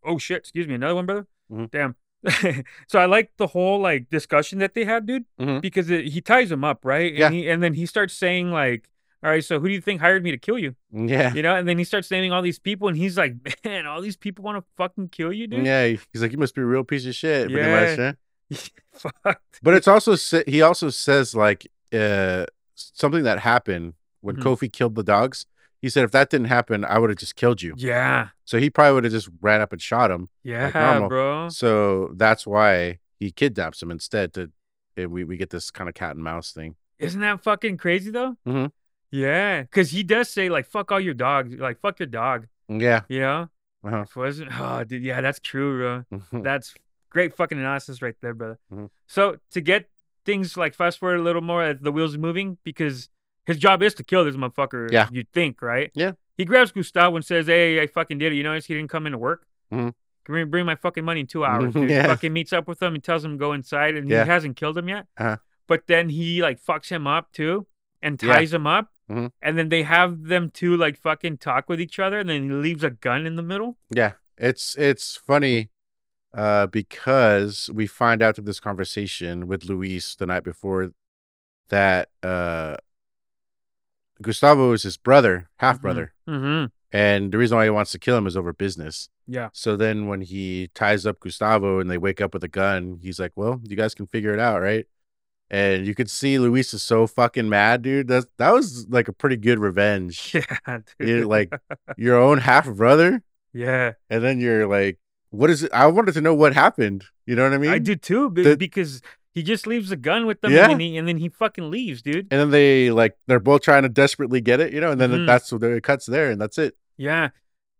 C: Oh shit! Excuse me. Another one, brother.
D: Mhm.
C: Damn. so I like the whole like discussion that they had, dude,
D: Mhm.
C: because it, he ties him up, right?
D: Yeah.
C: And, he, and then he starts saying like, "All right, so who do you think hired me to kill you?"
D: yeah, yeah,
C: You know. And then he starts naming all these people, and he's like, "Man, all these people want to fucking kill you, dude."
D: yeah. He's like, "You must be a real piece of shit." pretty
C: Yeah.
D: much, yeah.
C: Fuck.
D: But it's also sa- he also says like uh something that happened when
C: Mhm.
D: Kofi killed the dogs. He said, "If that didn't happen, I would have just killed you."
C: Yeah.
D: So he probably would have just ran up and shot him.
C: Yeah,
D: normal.
C: bro.
D: So that's why he kidnaps him instead. To and we we get this kind of cat and mouse thing.
C: Isn't that fucking crazy though?
D: Mhm.
C: Yeah, because he does say like "fuck all your dogs," like "fuck your dog,"
D: Yeah.
C: you know.
D: Uh-huh.
C: Wasn't oh, dude, yeah, that's true, bro.
D: Mm-hmm.
C: That's great fucking analysis right there, brother.
D: Mhm.
C: So to get things like fast forward a little more, as the wheels moving because his job is to kill this motherfucker.
D: Yeah.
C: you'd think, right?
D: Yeah.
C: He grabs Gustavo and says, "Hey, I fucking did it. You know, he didn't come into work."
D: Mhm.
C: Bring, bring my fucking money in two hours.
D: Mhm,
C: dude."
D: yeah.
C: Fucking meets up with him and tells him to go inside, and
D: Yeah.
C: he hasn't killed him yet.
D: Uh-huh.
C: But then he like fucks him up too, and
D: Yeah.
C: ties him up,
D: Mhm.
C: and then they have them two like fucking talk with each other, and then he leaves a gun in the middle.
D: Yeah, it's it's funny uh because we find out through this conversation with Luis the night before that uh Gustavo is his brother, half brother,
C: Mm-hmm.
D: and the reason why he wants to kill him is over business.
C: Yeah.
D: So then when he ties up Gustavo and they wake up with a gun, he's like, "Well, you guys can figure it out, right?" And you could see Luis is so fucking mad, dude. That that was like a pretty good revenge.
C: Yeah,
D: You're
C: dude.
D: like your own half brother
C: yeah,
D: and then you're like, "What is it?" I wanted to know what happened. You know what I mean?
C: I do too, be-
D: the-
C: because he just leaves a gun with them,
D: Yeah.
C: and, then he, and then he fucking leaves, dude.
D: And then they like they're both trying to desperately get it, you know, and then
C: Mhm.
D: that's what it cuts there, and that's it.
C: Yeah.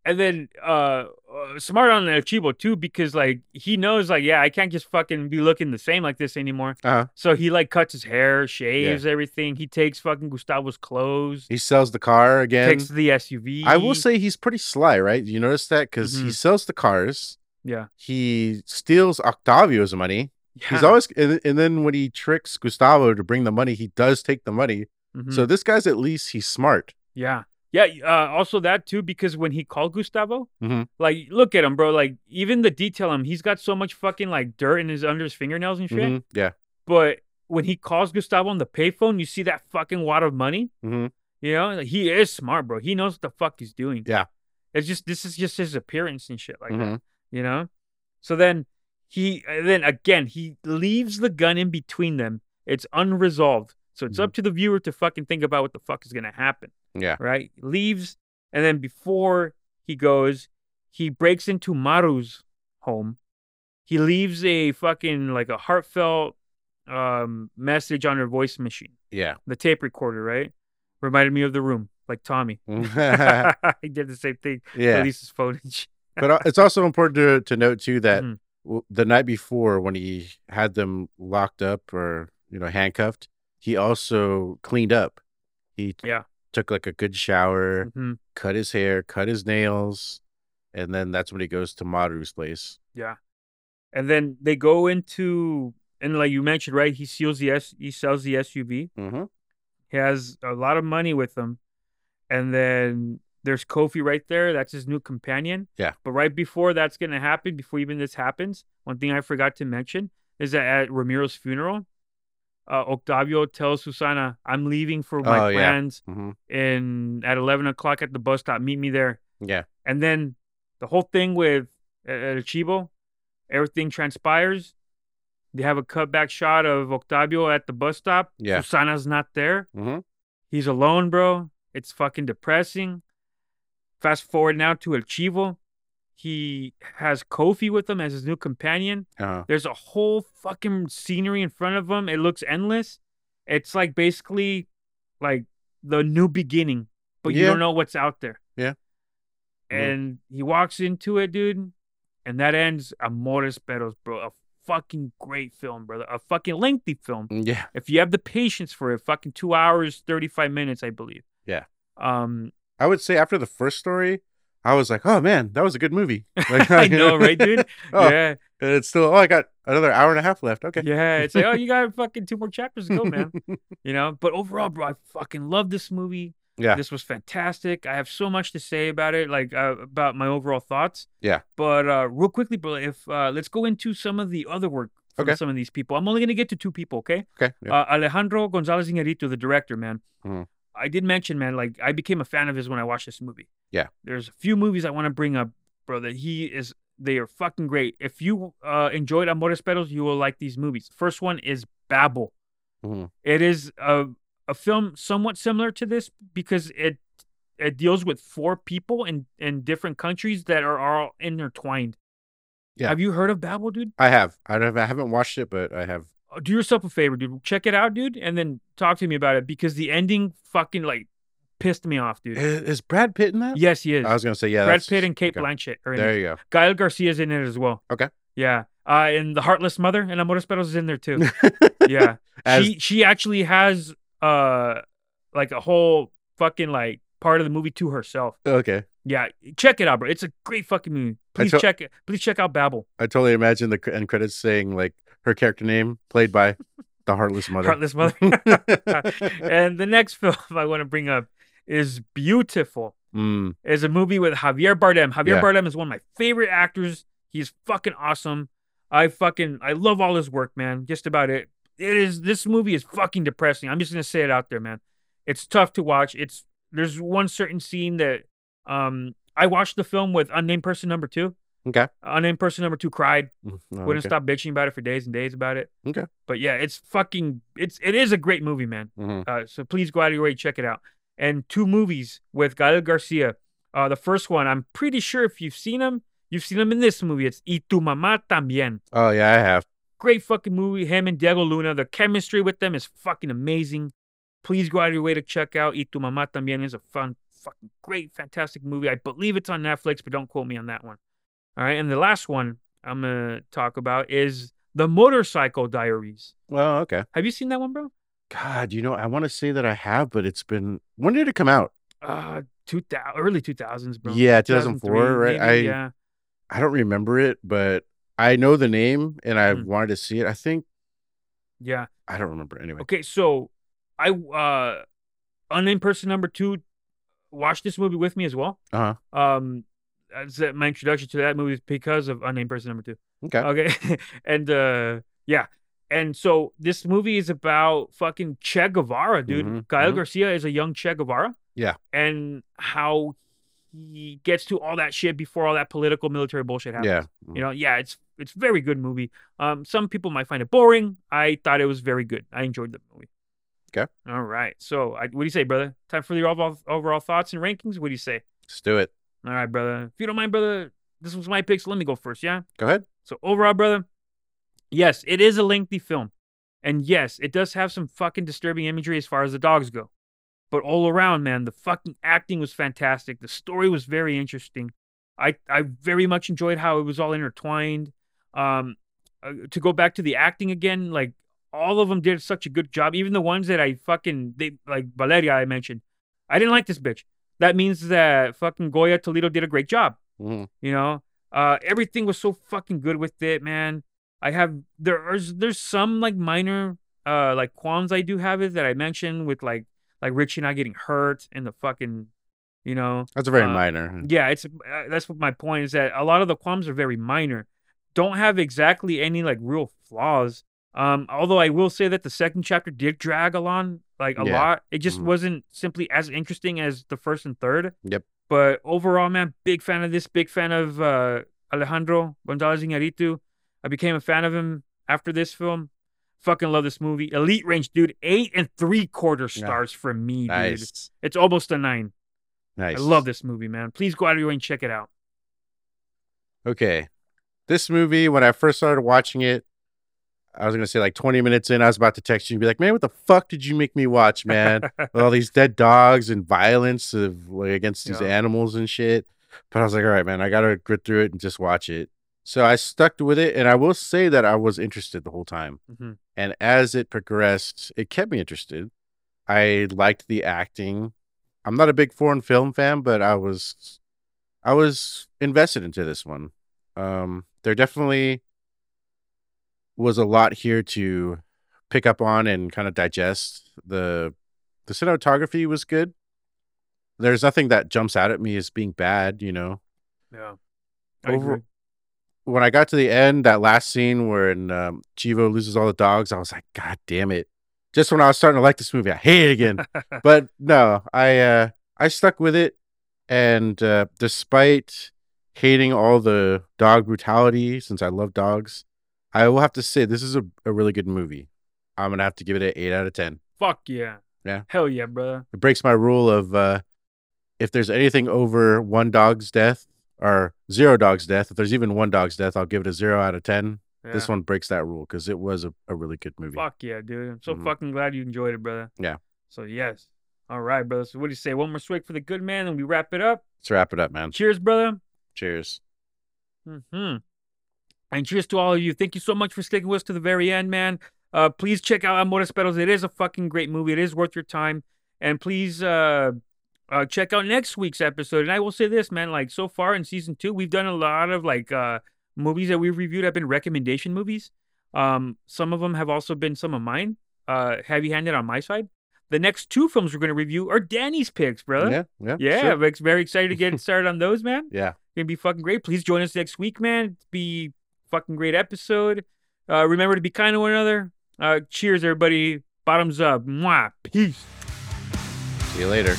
C: And then uh, uh smart on El Chivo too, because like he knows like, yeah, I can't just fucking be looking the same like this anymore.
D: Uh-huh.
C: So he like cuts his hair, shaves everything. He takes fucking Gustavo's clothes,
D: He sells the car again.
C: takes the E. SUV.
D: I will say he's pretty sly, right? You notice that because he
C: Mhm.
D: sells the cars.
C: Yeah.
D: He steals Octavio's money.
C: Yeah.
D: He's always and, and then when he tricks Gustavo to bring the money, he does take the money.
C: Mhm.
D: So this guy's at least he's smart.
C: Yeah. Yeah. y- Uh, also that too, because when he called Gustavo,
D: Mhm.
C: like, look at him, bro. Like, even the detail him, he's got so much fucking like dirt in his under his fingernails and shit.
D: Mhm. Yeah.
C: But when he calls Gustavo on the payphone, you see that fucking wad of money.
D: Mhm.
C: You know, like, he is smart, bro. He knows what the fuck he's doing.
D: Yeah.
C: It's just this is just his appearance and shit like that.
D: Mhm.
C: You know. So then he uh, then again he leaves the gun in between them. It's unresolved. So it's up to the viewer to fucking think about what the fuck is gonna happen
D: Mm-hmm. Yeah.
C: right? Leaves, and then before he goes, he breaks into Maru's home. He leaves a fucking like a heartfelt um message on her voice machine,
D: Yeah.
C: the tape recorder, right? Reminded me of the room, like Tommy.
D: yeah.
C: I did the same thing. Elise's phone. and shit.
D: but uh, it's also important to, to note too that
C: Mhm.
D: w the night before when he had them locked up or you know handcuffed he also cleaned up he t-
C: Yeah.
D: took like a good shower
C: Mhm.
D: cut his hair cut his nails and then that's when he goes to maru's place
C: And then they go into and like you mentioned, right? He seals the S he sells the SUV.
D: mm-hmm.
C: He has a lot of money with him. And then there's Kofi right there. That's his new companion.
D: Yeah.
C: But right before that's going to happen, before even this happens, one thing I forgot to mention is that at Ramiro's funeral, uh, Octavio tells Susana, I'm leaving for my
D: Oh, yeah.
C: plans
D: Mm-hmm.
C: in at 11 o'clock at the bus stop. Meet me there.
D: yeah
C: And then the whole thing with uh, uh, Chivo, everything transpires. They have a cutback shot of Octavio at the bus stop.
D: Yeah.
C: Susana's not there.
D: mm-hmm.
C: He's alone, bro. It's fucking depressing. Fast forward now to El Chivo. He has Kofi with him as his new companion.
D: Uh,
C: There's a whole fucking scenery in front of him. It looks endless. It's like basically like the new beginning, but you
D: Yeah.
C: don't know what's out there.
D: Yeah. Mhm.
C: And he walks into it, dude, and that ends Amores Perros, bro. A fucking great film, brother. A fucking lengthy film.
D: mm, yeah.
C: If you have the patience for it, fucking two hours, 35 minutes, I believe.
D: Yeah.
C: Um,
D: I would say after the first story, I was like, oh man, that was a good movie. Like,
C: I know, right, dude?
D: oh,
C: yeah.
D: And it's still, oh, I got another hour and a half left. Okay.
C: Yeah. It's like, oh, you got fucking two more chapters to go, man. you know but overall bro i fucking love this movie
D: Yeah.
C: this was fantastic i have so much to say about it like uh, about my overall thoughts
D: Yeah.
C: but uh real quickly bro if uh let's go into some of the other work from
D: Okay.
C: some of these people i'm only gonna get to two people okay
D: okay. Yeah.
C: uh, alejandro gonzalez inarritu the director man
D: Mhm.
C: i did mention man like i became a fan of his when i watched this movie
D: Yeah.
C: there's a few movies i want to bring up bro that he is they are fucking great if you uh enjoyed amores perros you will like these movies first one is babel
D: Mhm.
C: it is a a film somewhat similar to this because it it deals with four people in in different countries that are all intertwined.
D: Yeah.
C: Have you heard of Babel, dude?
D: I have. I, don't, I haven't watched it, but I have.
C: Uh, Do yourself a favor, dude. Check it out, dude, and then talk to me about it because the ending fucking like pissed me off, dude.
D: Is, is Brad Pitt in that?
C: Yes, he is.
D: I was going to say, yeah.
C: Brad
D: that's-
C: Pitt and Kate
D: okay.
C: Blanchett are in it.
D: There you go.
C: Gael Garcia's in it as well.
D: Okay.
C: Yeah. Uh, and the Heartless Mother and Amores Perros is in there too. yeah.
D: As-
C: she she actually has uh like a whole fucking like part of the movie to herself.
D: Okay.
C: Yeah. Check it out, bro. It's a great fucking movie.
D: I
C: Please
D: to-
C: check it. Please check out Babel.
D: I totally imagine the cr- end credits saying, like, her character name played by the Heartless Mother.
C: Heartless Mother. and the next film I want to bring up is Beautiful.
D: Mm,
C: It's a movie with Javier Bardem. Javier
D: Yeah.
C: Bardem is one of my favorite actors. He's fucking awesome. I fucking I love all his work, man. Just about it. It is this movie is fucking depressing. I'm just gonna say it out there, man. It's tough to watch. It's there's one certain scene that um I watched the film with unnamed person number two.
D: Okay.
C: Unnamed person number two cried.
D: mm,
C: Wouldn't
D: okay.
C: stop bitching about it for days and days about it.
D: Okay.
C: But yeah, it's fucking it's it is a great movie, man.
D: Mhm.
C: Uh, so please go out of your way and check it out. And two movies with Gael Garcia. Uh, the first one, I'm pretty sure if you've seen him, you've seen him in this movie. It's Y tu mamá también.
D: Oh, yeah, I have.
C: Great fucking movie. Him and Diego Luna. The chemistry with them is fucking amazing. Please go out of your way to check out Y tu mamá también. It's a fun, fucking great, fantastic movie. I believe it's on Netflix, but don't quote me on that one. All right. And the last one I'm going to talk about is The Motorcycle Diaries.
D: Well, okay.
C: Have you seen that one, bro?
D: God, you know, I want to say that I have, but it's been. When did it come out?
C: uh 2000 early 2000s bro
D: Yeah, 2004,
C: 2003,
D: right?
C: maybe,
D: I-
C: yeah
D: I don't remember it, but I know the name and I
C: Hmm.
D: wanted to see it. I think
C: yeah
D: I don't remember anyway.
C: okay so i uh unnamed person number two watched this movie with me as well
D: Uh-huh.
C: um that's uh, my introduction to that movie is because of unnamed person number two
D: Okay.
C: okay and uh yeah and so this movie is about fucking Che Guevara, dude.
D: Mhm,
C: Gael
D: mhm.
C: Garcia is a young Che Guevara.
D: Yeah.
C: And how he gets to all that shit before all that political military bullshit happens.
D: yeah.
C: You know, yeah, it's it's very good movie. Um, some people might find it boring. I thought it was very good. I enjoyed the movie.
D: Okay.
C: All right. So, I, what do you say, brother? Time for the overall, overall thoughts and rankings. What do you say?
D: Let's do it.
C: All right, brother. If you don't mind, brother, this was my pick. So let me go first. Yeah.
D: Go ahead.
C: So overall, brother, yes, it is a lengthy film, and yes, it does have some fucking disturbing imagery as far as the dogs go. But all around, man, the fucking acting was fantastic. The story was very interesting. I I very much enjoyed how it was all intertwined. Um, uh, to go back to the acting again, like all of them did such a good job. Even the ones that I fucking they like Valeria I mentioned, I didn't like this bitch. That means that fucking Goya Toledo did a great job.
D: Mhm.
C: You know, uh, everything was so fucking good with it, man. I have there is there's some like minor uh like qualms I do have it that I mentioned with like like Richie not getting hurt and the fucking you know
D: That's a very
C: Uh,
D: minor.
C: yeah it's uh, that's what my point is that a lot of the qualms are very minor don't have exactly any like real flaws um although I will say that the second chapter did drag along like a
D: Yeah.
C: lot it just
D: Mhm.
C: wasn't simply as interesting as the first and third
D: Yep.
C: but overall, man, big fan of this. Big fan of uh, Alejandro Gonzalez Iñárritu. I became a fan of him after this film. Fucking love this movie. Elite range, dude. Eight and three quarter
D: Yeah.
C: stars for me, dude.
D: Nice.
C: It's almost a nine.
D: Nice.
C: I love this movie, man. Please go out of your way and check it out.
D: Okay. This movie, when I first started watching it, I was gonna say like 20 minutes in, I was about to text you and be like, "Man, what the fuck did you make me watch, man? With all these dead dogs and violence of like against these
B: Yeah.
D: animals and shit." But I was like, "All right, man, I gotta grit through it and just watch it." So I stuck with it, and I will say that I was interested the whole time.
C: Mhm.
D: And as it progressed, it kept me interested. I liked the acting. I'm not a big foreign film fan, but I was I was invested into this one. Um there definitely was a lot here to pick up on and kind of digest. The the cinematography was good. There's nothing that jumps out at me as being bad, you know
C: Yeah.
D: Over- when I got to the end, that last scene where in um, Chivo loses all the dogs, I was like, God damn it! Just when I was starting to like this movie, I hate it again.
C: agree.
D: but no, I uh, I stuck with it, and uh, despite hating all the dog brutality, since I love dogs, I will have to say this is a, a really good movie. I'm gonna have to give it an eight out of ten.
C: Fuck yeah.
D: Yeah.
C: Hell yeah, brother.
D: It breaks my rule of uh, if there's anything over one dog's death or zero dog's death, if there's even one dog's death, I'll give it a zero out of ten. This
C: Yeah.
D: one breaks that rule because it was a, a really good movie.
C: Fuck yeah, dude. I'm so
D: Mhm.
C: fucking glad you enjoyed it, brother.
D: Yeah.
C: So, yes. All right, brother. So, what do you say? One more swig for the good man and we wrap it up.
D: Let's wrap it up, man.
C: Cheers, brother.
D: Cheers.
C: hmm And cheers to all of you. Thank you so much for sticking with us to the very end, man. Uh, please check out Amores Perros. It is a fucking great movie. It is worth your time. And please uh, uh, check out next week's episode. And I will say this, man. Like so far in season two, we've done a lot of like uh, movies that we've reviewed have been recommendation movies. Um, some of them have also been some of mine. Uh, heavy handed on my side. The next two films we're going to review are Danny's picks, brother.
D: Yeah. Yeah.
C: yeah
D: sure.
C: I'm ex- very excited to get started on those, man
D: Yeah.
C: gonna be fucking great. Please join us next week, man. It's be fucking great episode. Uh, remember to be kind to one another. Uh, cheers, everybody. Bottoms up. Mwah. Peace.
D: See you later.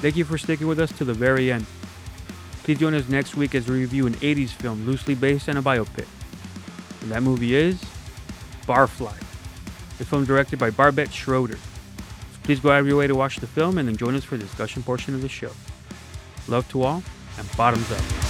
C: Thank you for sticking with us to the very end. Please join us next week as we review an 80s film loosely based on a biopic. And that movie is Barfly, a film directed by Barbette Schroeder. So please go out of your way to watch the film and then join us for the discussion portion of the show. Love to all and bottoms up.